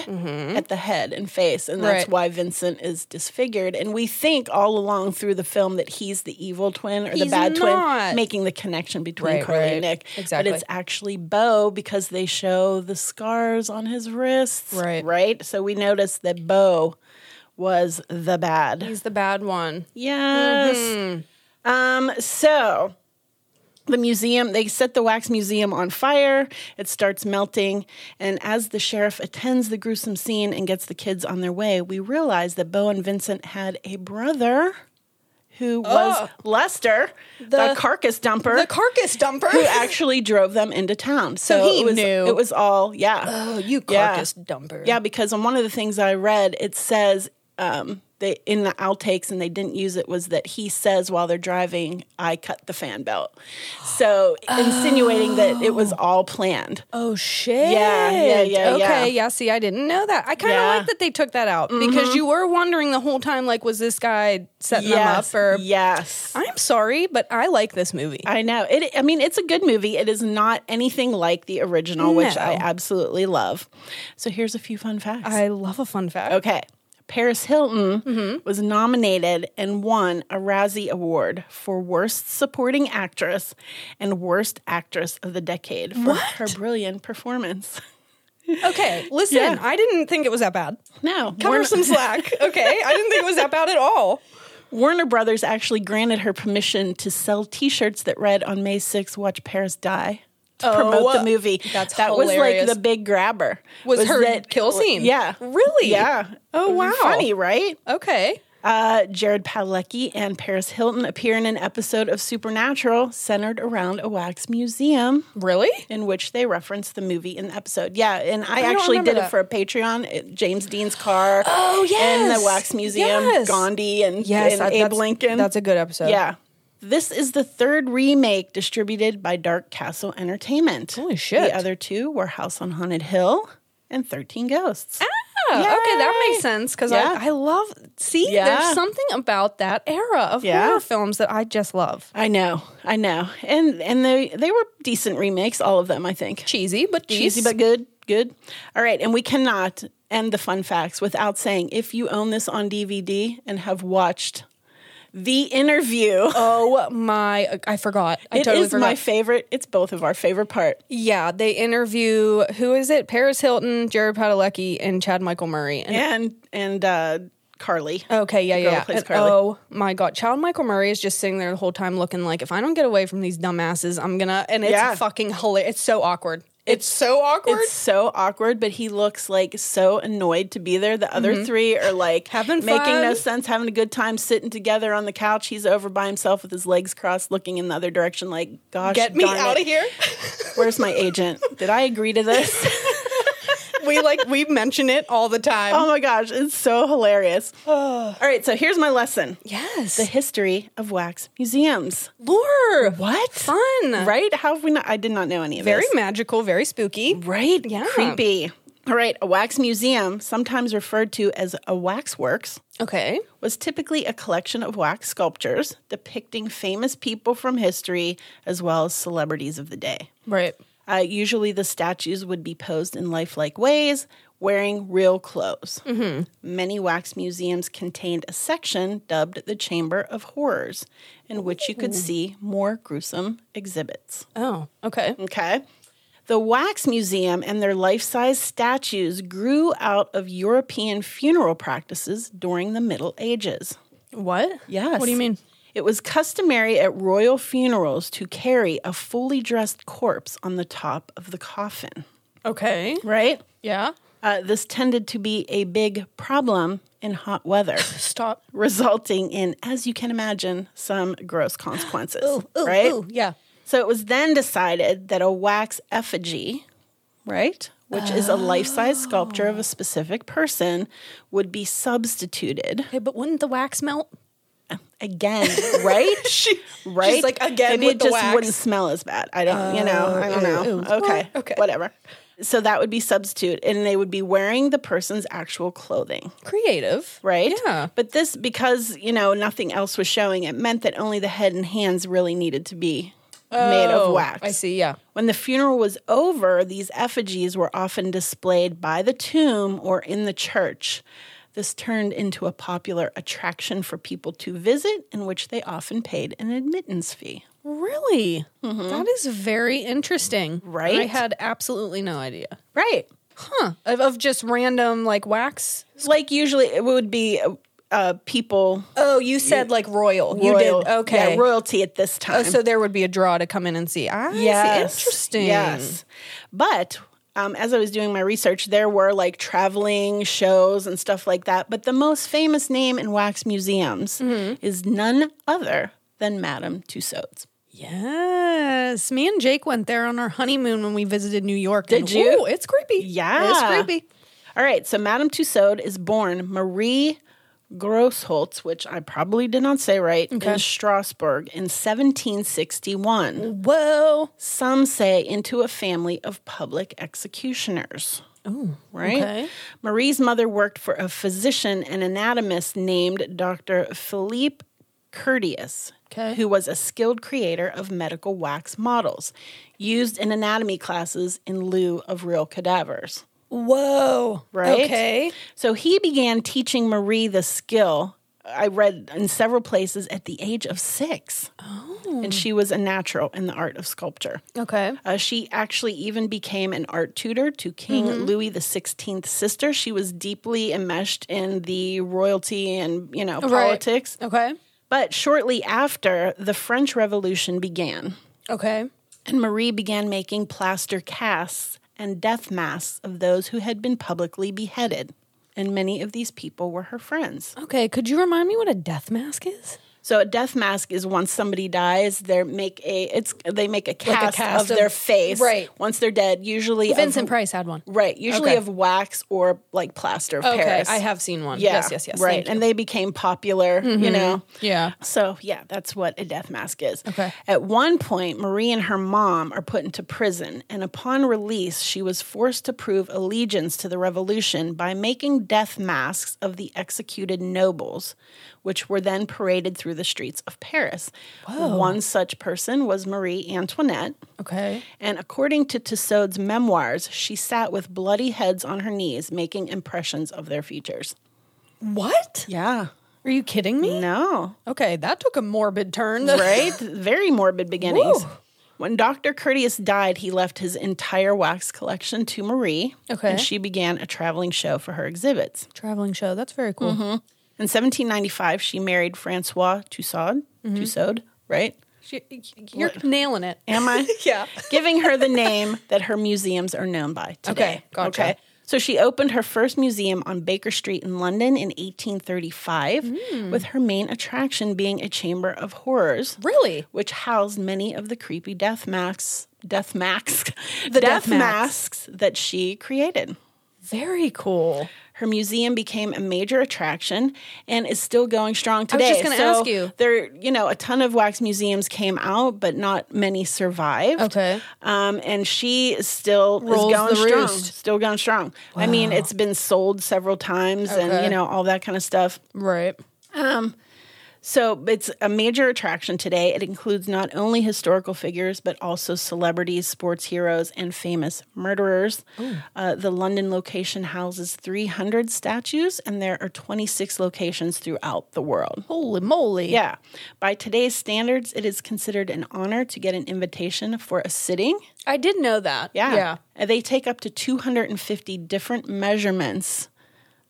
B: at the head and face, and that's
A: Right.
B: why Vincent is disfigured. And we think all along through the film that he's the evil twin or the
A: He's
B: bad
A: not.
B: twin, making the connection between
A: Right,
B: Carly
A: right.
B: and Nick.
A: Exactly.
B: But it's actually Bo because they show the scars on his wrists.
A: Right.
B: Right. So we noticed that Bo was the bad.
A: He's the bad one.
B: Yes. Um, so the museum, they set the wax museum on fire. It starts melting. And as the sheriff attends the gruesome scene and gets the kids on their way, we realize that Bo and Vincent had a brother who was Lester, Oh. the,
A: The-
B: carcass dumper
A: The carcass dumper.
B: who actually drove them into town. So,
A: he
B: it was,
A: knew.
B: It was all, yeah.
A: oh, you
B: Yeah.
A: carcass dumper.
B: Yeah, because on one of the things I read, it says um, they in the outtakes, and they didn't use it, was that he says while they're driving, I cut the fan belt. So insinuating that it was all planned.
A: Oh shit.
B: Yeah, yeah, yeah,
A: Okay,
B: yeah.
A: See, I didn't know that. I kind of
B: Yeah.
A: like that they took that out because you were wondering the whole time, like, was this guy setting
B: Yes.
A: them up or?
B: yes.
A: I'm sorry, but I like this movie.
B: I know. It I mean it's a good movie. It is not anything like the original, which
A: No.
B: I absolutely love. So here's a few fun facts.
A: I love a fun fact.
B: Okay. Paris Hilton
A: Mm-hmm.
B: was nominated and won a Razzie Award for Worst Supporting Actress and Worst Actress of the Decade for her brilliant performance.
A: Okay, listen,
B: Yeah.
A: I didn't think it was that bad.
B: No,
A: Cut her
B: Warner,
A: some slack, okay? I didn't think it was that bad at all.
B: Warner Brothers actually granted her permission to sell t shirts that read on May 6th, Watch Paris Die. To
A: Oh,
B: promote the movie.
A: that's
B: that was
A: hilarious.
B: like the big grabber.
A: Was her
B: that-
A: kill scene?
B: Yeah.
A: Really?
B: Yeah.
A: Oh, wow.
B: Funny, right?
A: Okay.
B: Uh, Jared Padalecki and Paris Hilton appear in an episode of Supernatural centered around a wax museum
A: Really?
B: in which they reference the movie in the episode. Yeah, and I,
A: don't
B: actually
A: Oh, remember
B: did
A: that.
B: it for a Patreon. It- James Dean's car. Oh and
A: yes.
B: the wax museum,
A: Yes.
B: Gandhi and, and
A: I-
B: Abe
A: that's-
B: Lincoln.
A: That's a good episode.
B: yeah. This is the third remake distributed by Dark Castle Entertainment.
A: Holy shit.
B: The other two were House on Haunted Hill and Thirteen Ghosts.
A: Oh, okay, that
B: Yay.
A: makes sense because
B: Yeah.
A: I, I love. See,
B: Yeah.
A: there's something about that era of
B: Yeah.
A: horror films that I just love.
B: I know, I know, and and they they were decent remakes, all of them, I think.
A: Cheesy, but
B: Cheesy but good, good. All right, and we cannot end the fun facts without saying if you own this on DVD and have watched the interview,
A: Oh my! I forgot. I
B: it is
A: totally forgot.
B: my favorite. It's both of our favorite part.
A: yeah, they interview who is it? Paris Hilton, Jared Padalecki, and Chad Michael Murray. And
B: And and uh, Carly,
A: Okay, yeah, yeah.
B: The girl who
A: yeah.
B: plays
A: And
B: Carly.
A: Oh my god, child Michael Murray is just sitting there the whole time looking like, if I don't get away from these dumbasses, I'm gonna. And it's
B: Yeah.
A: fucking hilarious. It's so awkward. It's so awkward.
B: It's so awkward, but he looks like so annoyed to be there. The other three are like
A: Mm-hmm. Having
B: making no
A: fun.
B: sense, having a good time, sitting together on the couch. He's over by himself with his legs crossed, looking in the other direction, like, gosh,
A: Get me
B: darn
A: out
B: it.
A: of here.
B: Where's my agent? Did I agree to this?
A: we like we mention it all the time.
B: oh my gosh, it's so hilarious. All right, so here's my lesson the
A: yes.
B: history of wax museums.
A: Lore.
B: What?
A: Fun.
B: Right? How have we not? I did not know any of
A: Very
B: this.
A: magical, very spooky.
B: Right?
A: Yeah.
B: Creepy. All right, a wax museum, sometimes referred to as a waxworks,
A: Okay.
B: was typically a collection of wax sculptures depicting famous people from history as well as celebrities of the day.
A: Right.
B: Uh, usually, the statues would be posed in lifelike ways, wearing real clothes. Many wax museums contained a section dubbed the Chamber of Horrors, in which you could see more gruesome exhibits.
A: Oh, okay.
B: Okay. The Wax Museum and their life size statues grew out of European funeral practices during the Middle Ages.
A: What?
B: Yes.
A: What do you mean?
B: It was customary at royal funerals to carry a fully dressed corpse on the top of the coffin,
A: Okay.
B: right?
A: Yeah.
B: Uh, this tended to be a big problem in hot weather,
A: Stop.
B: resulting in, as you can imagine, some gross consequences, right?
A: yeah.
B: So it was then decided that a wax effigy, right, which is
A: Ah.
B: a life size sculpture of a specific person, would be substituted
A: Okay, but wouldn't the wax melt?
B: again, right? right?
A: she's like, again
B: Maybe
A: with
B: it
A: the
B: just
A: wax. Uh,
B: wouldn't smell as bad. I don't, you know, I don't know. okay,
A: Okay.
B: whatever. So that would be substitute, and they would be wearing the person's actual clothing.
A: Creative.
B: right?
A: Yeah.
B: But this, because you know nothing else was showing, it meant that only the head and hands really needed to be made of
A: Oh,
B: wax.
A: I see, yeah.
B: When the funeral was over, these effigies were often displayed by the tomb or in the church. This turned into a popular attraction for people to visit, in which they often paid an admittance fee.
A: Really? That is very interesting.
B: Right?
A: I had absolutely no idea.
B: Right.
A: Huh. Of, of just random like wax.
B: Like usually it would be uh, uh, people.
A: Oh, you said like royal.
B: royal-
A: You did. Okay.
B: Yeah, royalty at this time.
A: Oh, so there would be a draw to come in and see. Ah, I see.
B: Yes.
A: Interesting.
B: Yes. But um, as I was doing my research, there were like traveling shows and stuff like that. But the most famous name in wax museums
A: Mm-hmm.
B: is none other than Madame Tussauds.
A: Yes. Me and Jake went there on our honeymoon when we visited New York. Did
B: you?
A: Ooh, it's creepy.
B: Yeah.
A: It's creepy.
B: All right. So Madame Tussaud is born Marie Grossholtz, which I probably did not say right, in Strasbourg in 1761.
A: Whoa.
B: Some say into a family of public executioners.
A: Oh.
B: right?
A: Okay.
B: Marie's mother worked for a physician and anatomist named Dr. Philippe Curtius,
A: Okay.
B: who was a skilled creator of medical wax models used in anatomy classes in lieu of real cadavers.
A: Whoa.
B: Right?
A: Okay.
B: So he began teaching Marie the skill. I read in several places at the age of six. Oh. And she was a natural in the art of sculpture.
A: Okay.
B: Uh, she actually even became an art tutor to King
A: Mm-hmm.
B: Louis the Sixteenth's sister. She was deeply enmeshed in the royalty and you know politics.
A: Okay.
B: But shortly after, the French Revolution began,
A: Okay.
B: and Marie began making plaster casts and death masks of those who had been publicly beheaded. And many of these people were her friends.
A: Okay. Could you remind me what a death mask is?
B: So a death mask is once somebody dies, they make a it's they make a cast,
A: cast
B: of,
A: of-
B: their face.
A: right.
B: Once they're dead, usually of
A: Vincent Price had one.
B: Right. Usually
A: Okay.
B: of wax or like plaster of
A: Okay.
B: Paris.
A: I have seen one. Yes. Yes. Yes.
B: Right.
A: Thank Mm-hmm.
B: And they became popular, you know.
A: you. yeah.
B: So, yeah, that's what a death mask is.
A: Okay.
B: At one point, Marie and her mom are put into prison, and upon release, she was forced to prove allegiance to the revolution by making death masks of the executed nobles, which were then paraded through the streets of Paris. One such person was Marie Antoinette.
A: Okay.
B: And according to Tussaud's memoirs, she sat with bloody heads on her knees, making impressions of their features.
A: What?
B: Yeah.
A: Are you kidding me?
B: No.
A: Okay. That took a morbid turn.
B: Right? Very morbid beginnings.
A: Woo.
B: When Dr. Curtius died, he left his entire wax collection to Marie.
A: Okay.
B: And she began a traveling show for her exhibits.
A: Traveling show. That's very
B: Mm-hmm.
A: cool. Mm-hmm.
B: In 1795, she married Francois Tussaud. Tussaud, right?
A: She, you're nailing it.
B: Am I?
A: Yeah.
B: Giving her the name that her museums are known by today.
A: Okay, gotcha.
B: So she opened her first museum on Baker Street in London in 1835,
A: Hmm.
B: with her main attraction being a chamber of horrors,
A: Really?
B: which housed many of the creepy death masks, death masks,
A: The death
B: masks that she created.
A: Very cool.
B: Her museum became a major attraction and is still going strong
A: was
B: today.
A: just gonna ask you.
B: There, you know, a ton of wax museums came out, but not many survived.
A: Okay.
B: Um, and she is still
A: Rolls
B: is going
A: the
B: strong.
A: roost.
B: Still going strong. I mean, it's been sold several times and
A: Okay.
B: you know, all that kind of stuff.
A: Right.
B: So it's a major attraction today. It includes not only historical figures, but also celebrities, sports heroes, and famous murderers. Uh, the London location houses 300 statues, and there are 26 locations throughout the world.
A: Holy moly.
B: Yeah. By today's standards, it is considered an honor to get an invitation for a sitting.
A: I did know that.
B: Yeah.
A: Yeah.
B: And They take up to 250 different measurements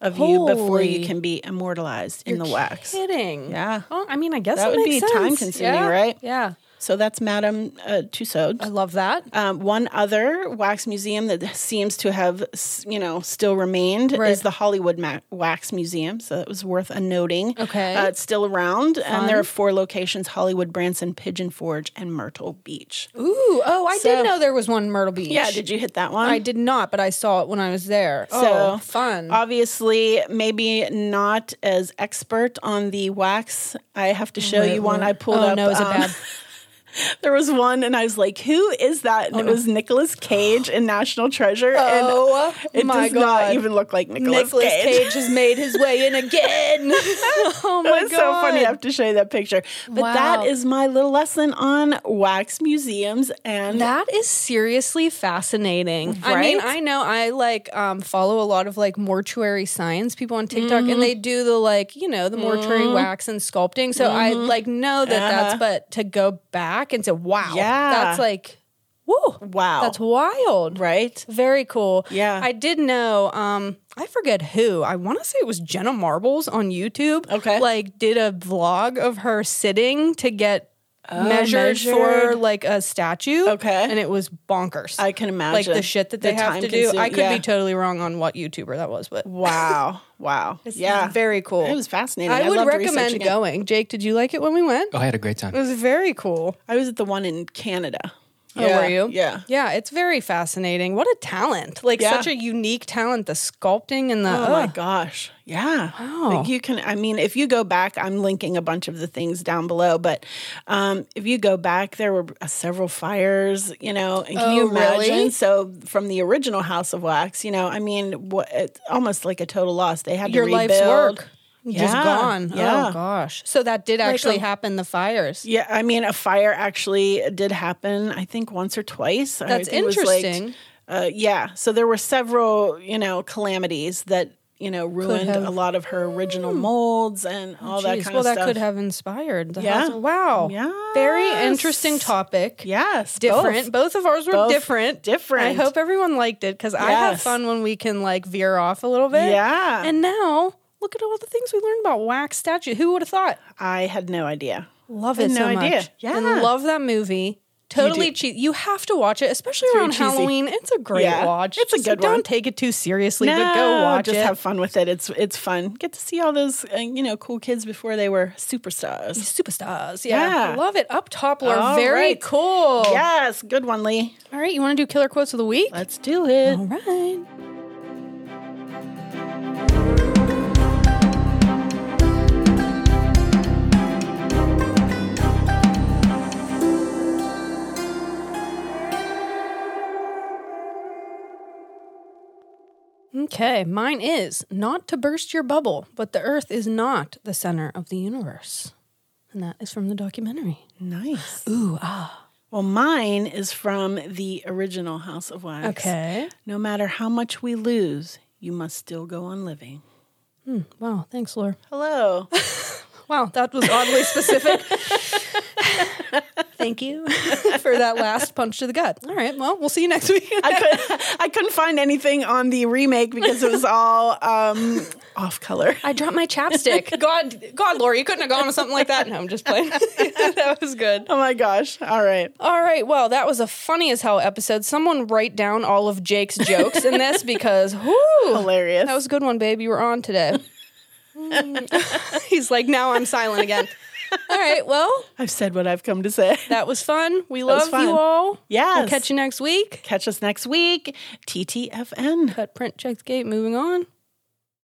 B: of you before
A: Holy.
B: you can be immortalized in the wax.
A: Kidding.
B: Yeah.
A: Well, I mean, I guess
B: That
A: it
B: would
A: makes
B: be time
A: sense.
B: consuming,
A: Yeah.
B: right?
A: Yeah.
B: So that's Madame uh,
A: I
B: Tussauds.
A: love that.
B: Um, one other wax museum that seems to have, s- you know, still remained
A: Right.
B: is the Hollywood Ma- Wax Museum. So that was worth a noting.
A: Okay.
B: Uh, it's still around. And there are four locations Hollywood, Branson, Pigeon Forge, and Myrtle Beach.
A: Ooh. Oh, I
B: Uh, So-
A: did know there was one in Myrtle Beach.
B: Yeah, did you hit that one?
A: I did not, but I saw it when I was there.
B: So
A: oh, fun.
B: Obviously, maybe not as expert on the wax. I have to show you one I pulled
A: oh,
B: up.
A: no, is it
B: um,
A: bad?
B: There was one, and I was like, "Who is that?" And it was Nicolas Cage in National Treasure.
A: Oh,
B: and it
A: my
B: does
A: God.
B: not even look like Nicolas,
A: Nicolas
B: Cage.
A: Cage has made his way in again. oh my
B: It's
A: god.
B: so funny. I have to show you that picture. But
A: Wow.
B: that is my little lesson on wax museums and
A: That is seriously fascinating. I mean,
B: Right?
A: I know I like um, follow a lot of like mortuary science people on TikTok, and they do the like you know the mortuary wax and sculpting. So I like know that that's but to go back and say, wow,
B: Yeah.
A: that's like, whoa,
B: wow,
A: that's wild,
B: right.
A: Very cool.
B: Yeah.
A: I did know, um, I forget who. I want to say it was Jenna Marbles on YouTube.
B: Okay.
A: Like, did a vlog of her sitting to get measured, for
B: Oh, measured.
A: like a statue.
B: Okay.
A: And it was bonkers.
B: I can imagine
A: Like, the shit that they have
B: time
A: to do.
B: consume-
A: I could
B: yeah.
A: be totally wrong on what YouTuber that was, but
B: wow, wow, yeah,
A: very cool.
B: It was fascinating.
A: I
B: I'd
A: would
B: love to research
A: recommend
B: again.
A: going. Jake, did you like it when we went?
C: Oh, I had a great time.
A: It was very cool.
B: I was at the one in Canada.
A: Oh, were you?
B: Yeah.
A: Yeah, it's very fascinating. What a talent. Like
B: Yeah.
A: such a unique talent, the sculpting and the
B: Oh my gosh. Yeah. Like you can I mean if you go back I'm linking a bunch of the things down below but um if you go back there were uh, several fires, you know, and can
A: Oh,
B: you
A: really?
B: imagine so from the original House of Wax, you know, I mean what it's almost like a total loss. They had
A: your
B: to rebuild.
A: life's work just
B: Yeah,
A: gone.
B: yeah.
A: Oh gosh. So that did actually happen the fires.
B: Yeah, I mean, a fire actually did happen. I think once or twice. I
A: That's
B: think it was like-
A: interesting.
B: uh, yeah, so there were several, you know, calamities that you know ruined
A: have- Hmm.
B: a lot of her original molds and all that
A: Jeez,
B: kind
A: well,
B: of
A: that
B: stuff.
A: could have inspired the
B: Yeah.
A: house. Wow. Very
B: Yes.
A: interesting topic.
B: Yes,
A: Different.
B: both.
A: Both, of ours were
B: Both
A: different.
B: different.
A: I hope everyone liked it because I have
B: Yes.
A: fun when we can like veer off a little bit.
B: Yeah.
A: And now look at all the things we learned about wax statue. Who would have thought?
B: I had no idea.
A: Love
B: Had
A: it so
B: no
A: much.
B: idea. Yeah.
A: And love that movie. Totally
B: do.
A: cheesy. You have to watch it, especially around
B: cheesy.
A: Halloween. It's a great
B: Yeah.
A: watch.
B: It's a
A: Just
B: good
A: Don't
B: one.
A: take it too seriously, but go watch
B: just
A: it.
B: have fun with it. It's it's fun. Get to see all those uh, you know cool kids before they were superstars.
A: Superstars. Yeah.
B: Yeah.
A: Love it. Up toppler.
B: All
A: Very
B: right.
A: cool.
B: Yes, good one, Lee.
A: All right. You want to do killer quotes of the week?
B: Let's do it.
A: All right. Okay, mine is not to burst your bubble, but the earth is not the center of the universe. And that is from the documentary.
B: Nice.
A: Ooh, ah.
B: Well, mine is from the original House of Wax.
A: Okay.
B: No matter how much we lose, you must still go on living.
A: Wow, thanks, Laura.
B: Hello.
A: Wow, that was oddly specific. Thank you for that last punch to the gut. All right. Well, we'll see you next week.
B: I, could, I couldn't find anything on the remake because it was all um, off color.
A: I dropped my chapstick. God, God, Laura, you couldn't have gone with something like that. No, I'm just playing. that was good.
B: Oh my gosh. All right.
A: All right. Well, that was a funny as hell episode. Someone write down all of Jake's jokes in this because, whoo,
B: Hilarious.
A: that was a good one, babe. You were on today. Mm. He's like, now I'm silent again. All right. Well,
B: I've said what I've come to say.
A: that was fun. We
B: was
A: love
B: fun.
A: you all. We'll
B: Yes.
A: catch you next week.
B: Catch us next week. TTFN.
A: Cut print checks gate. Moving on.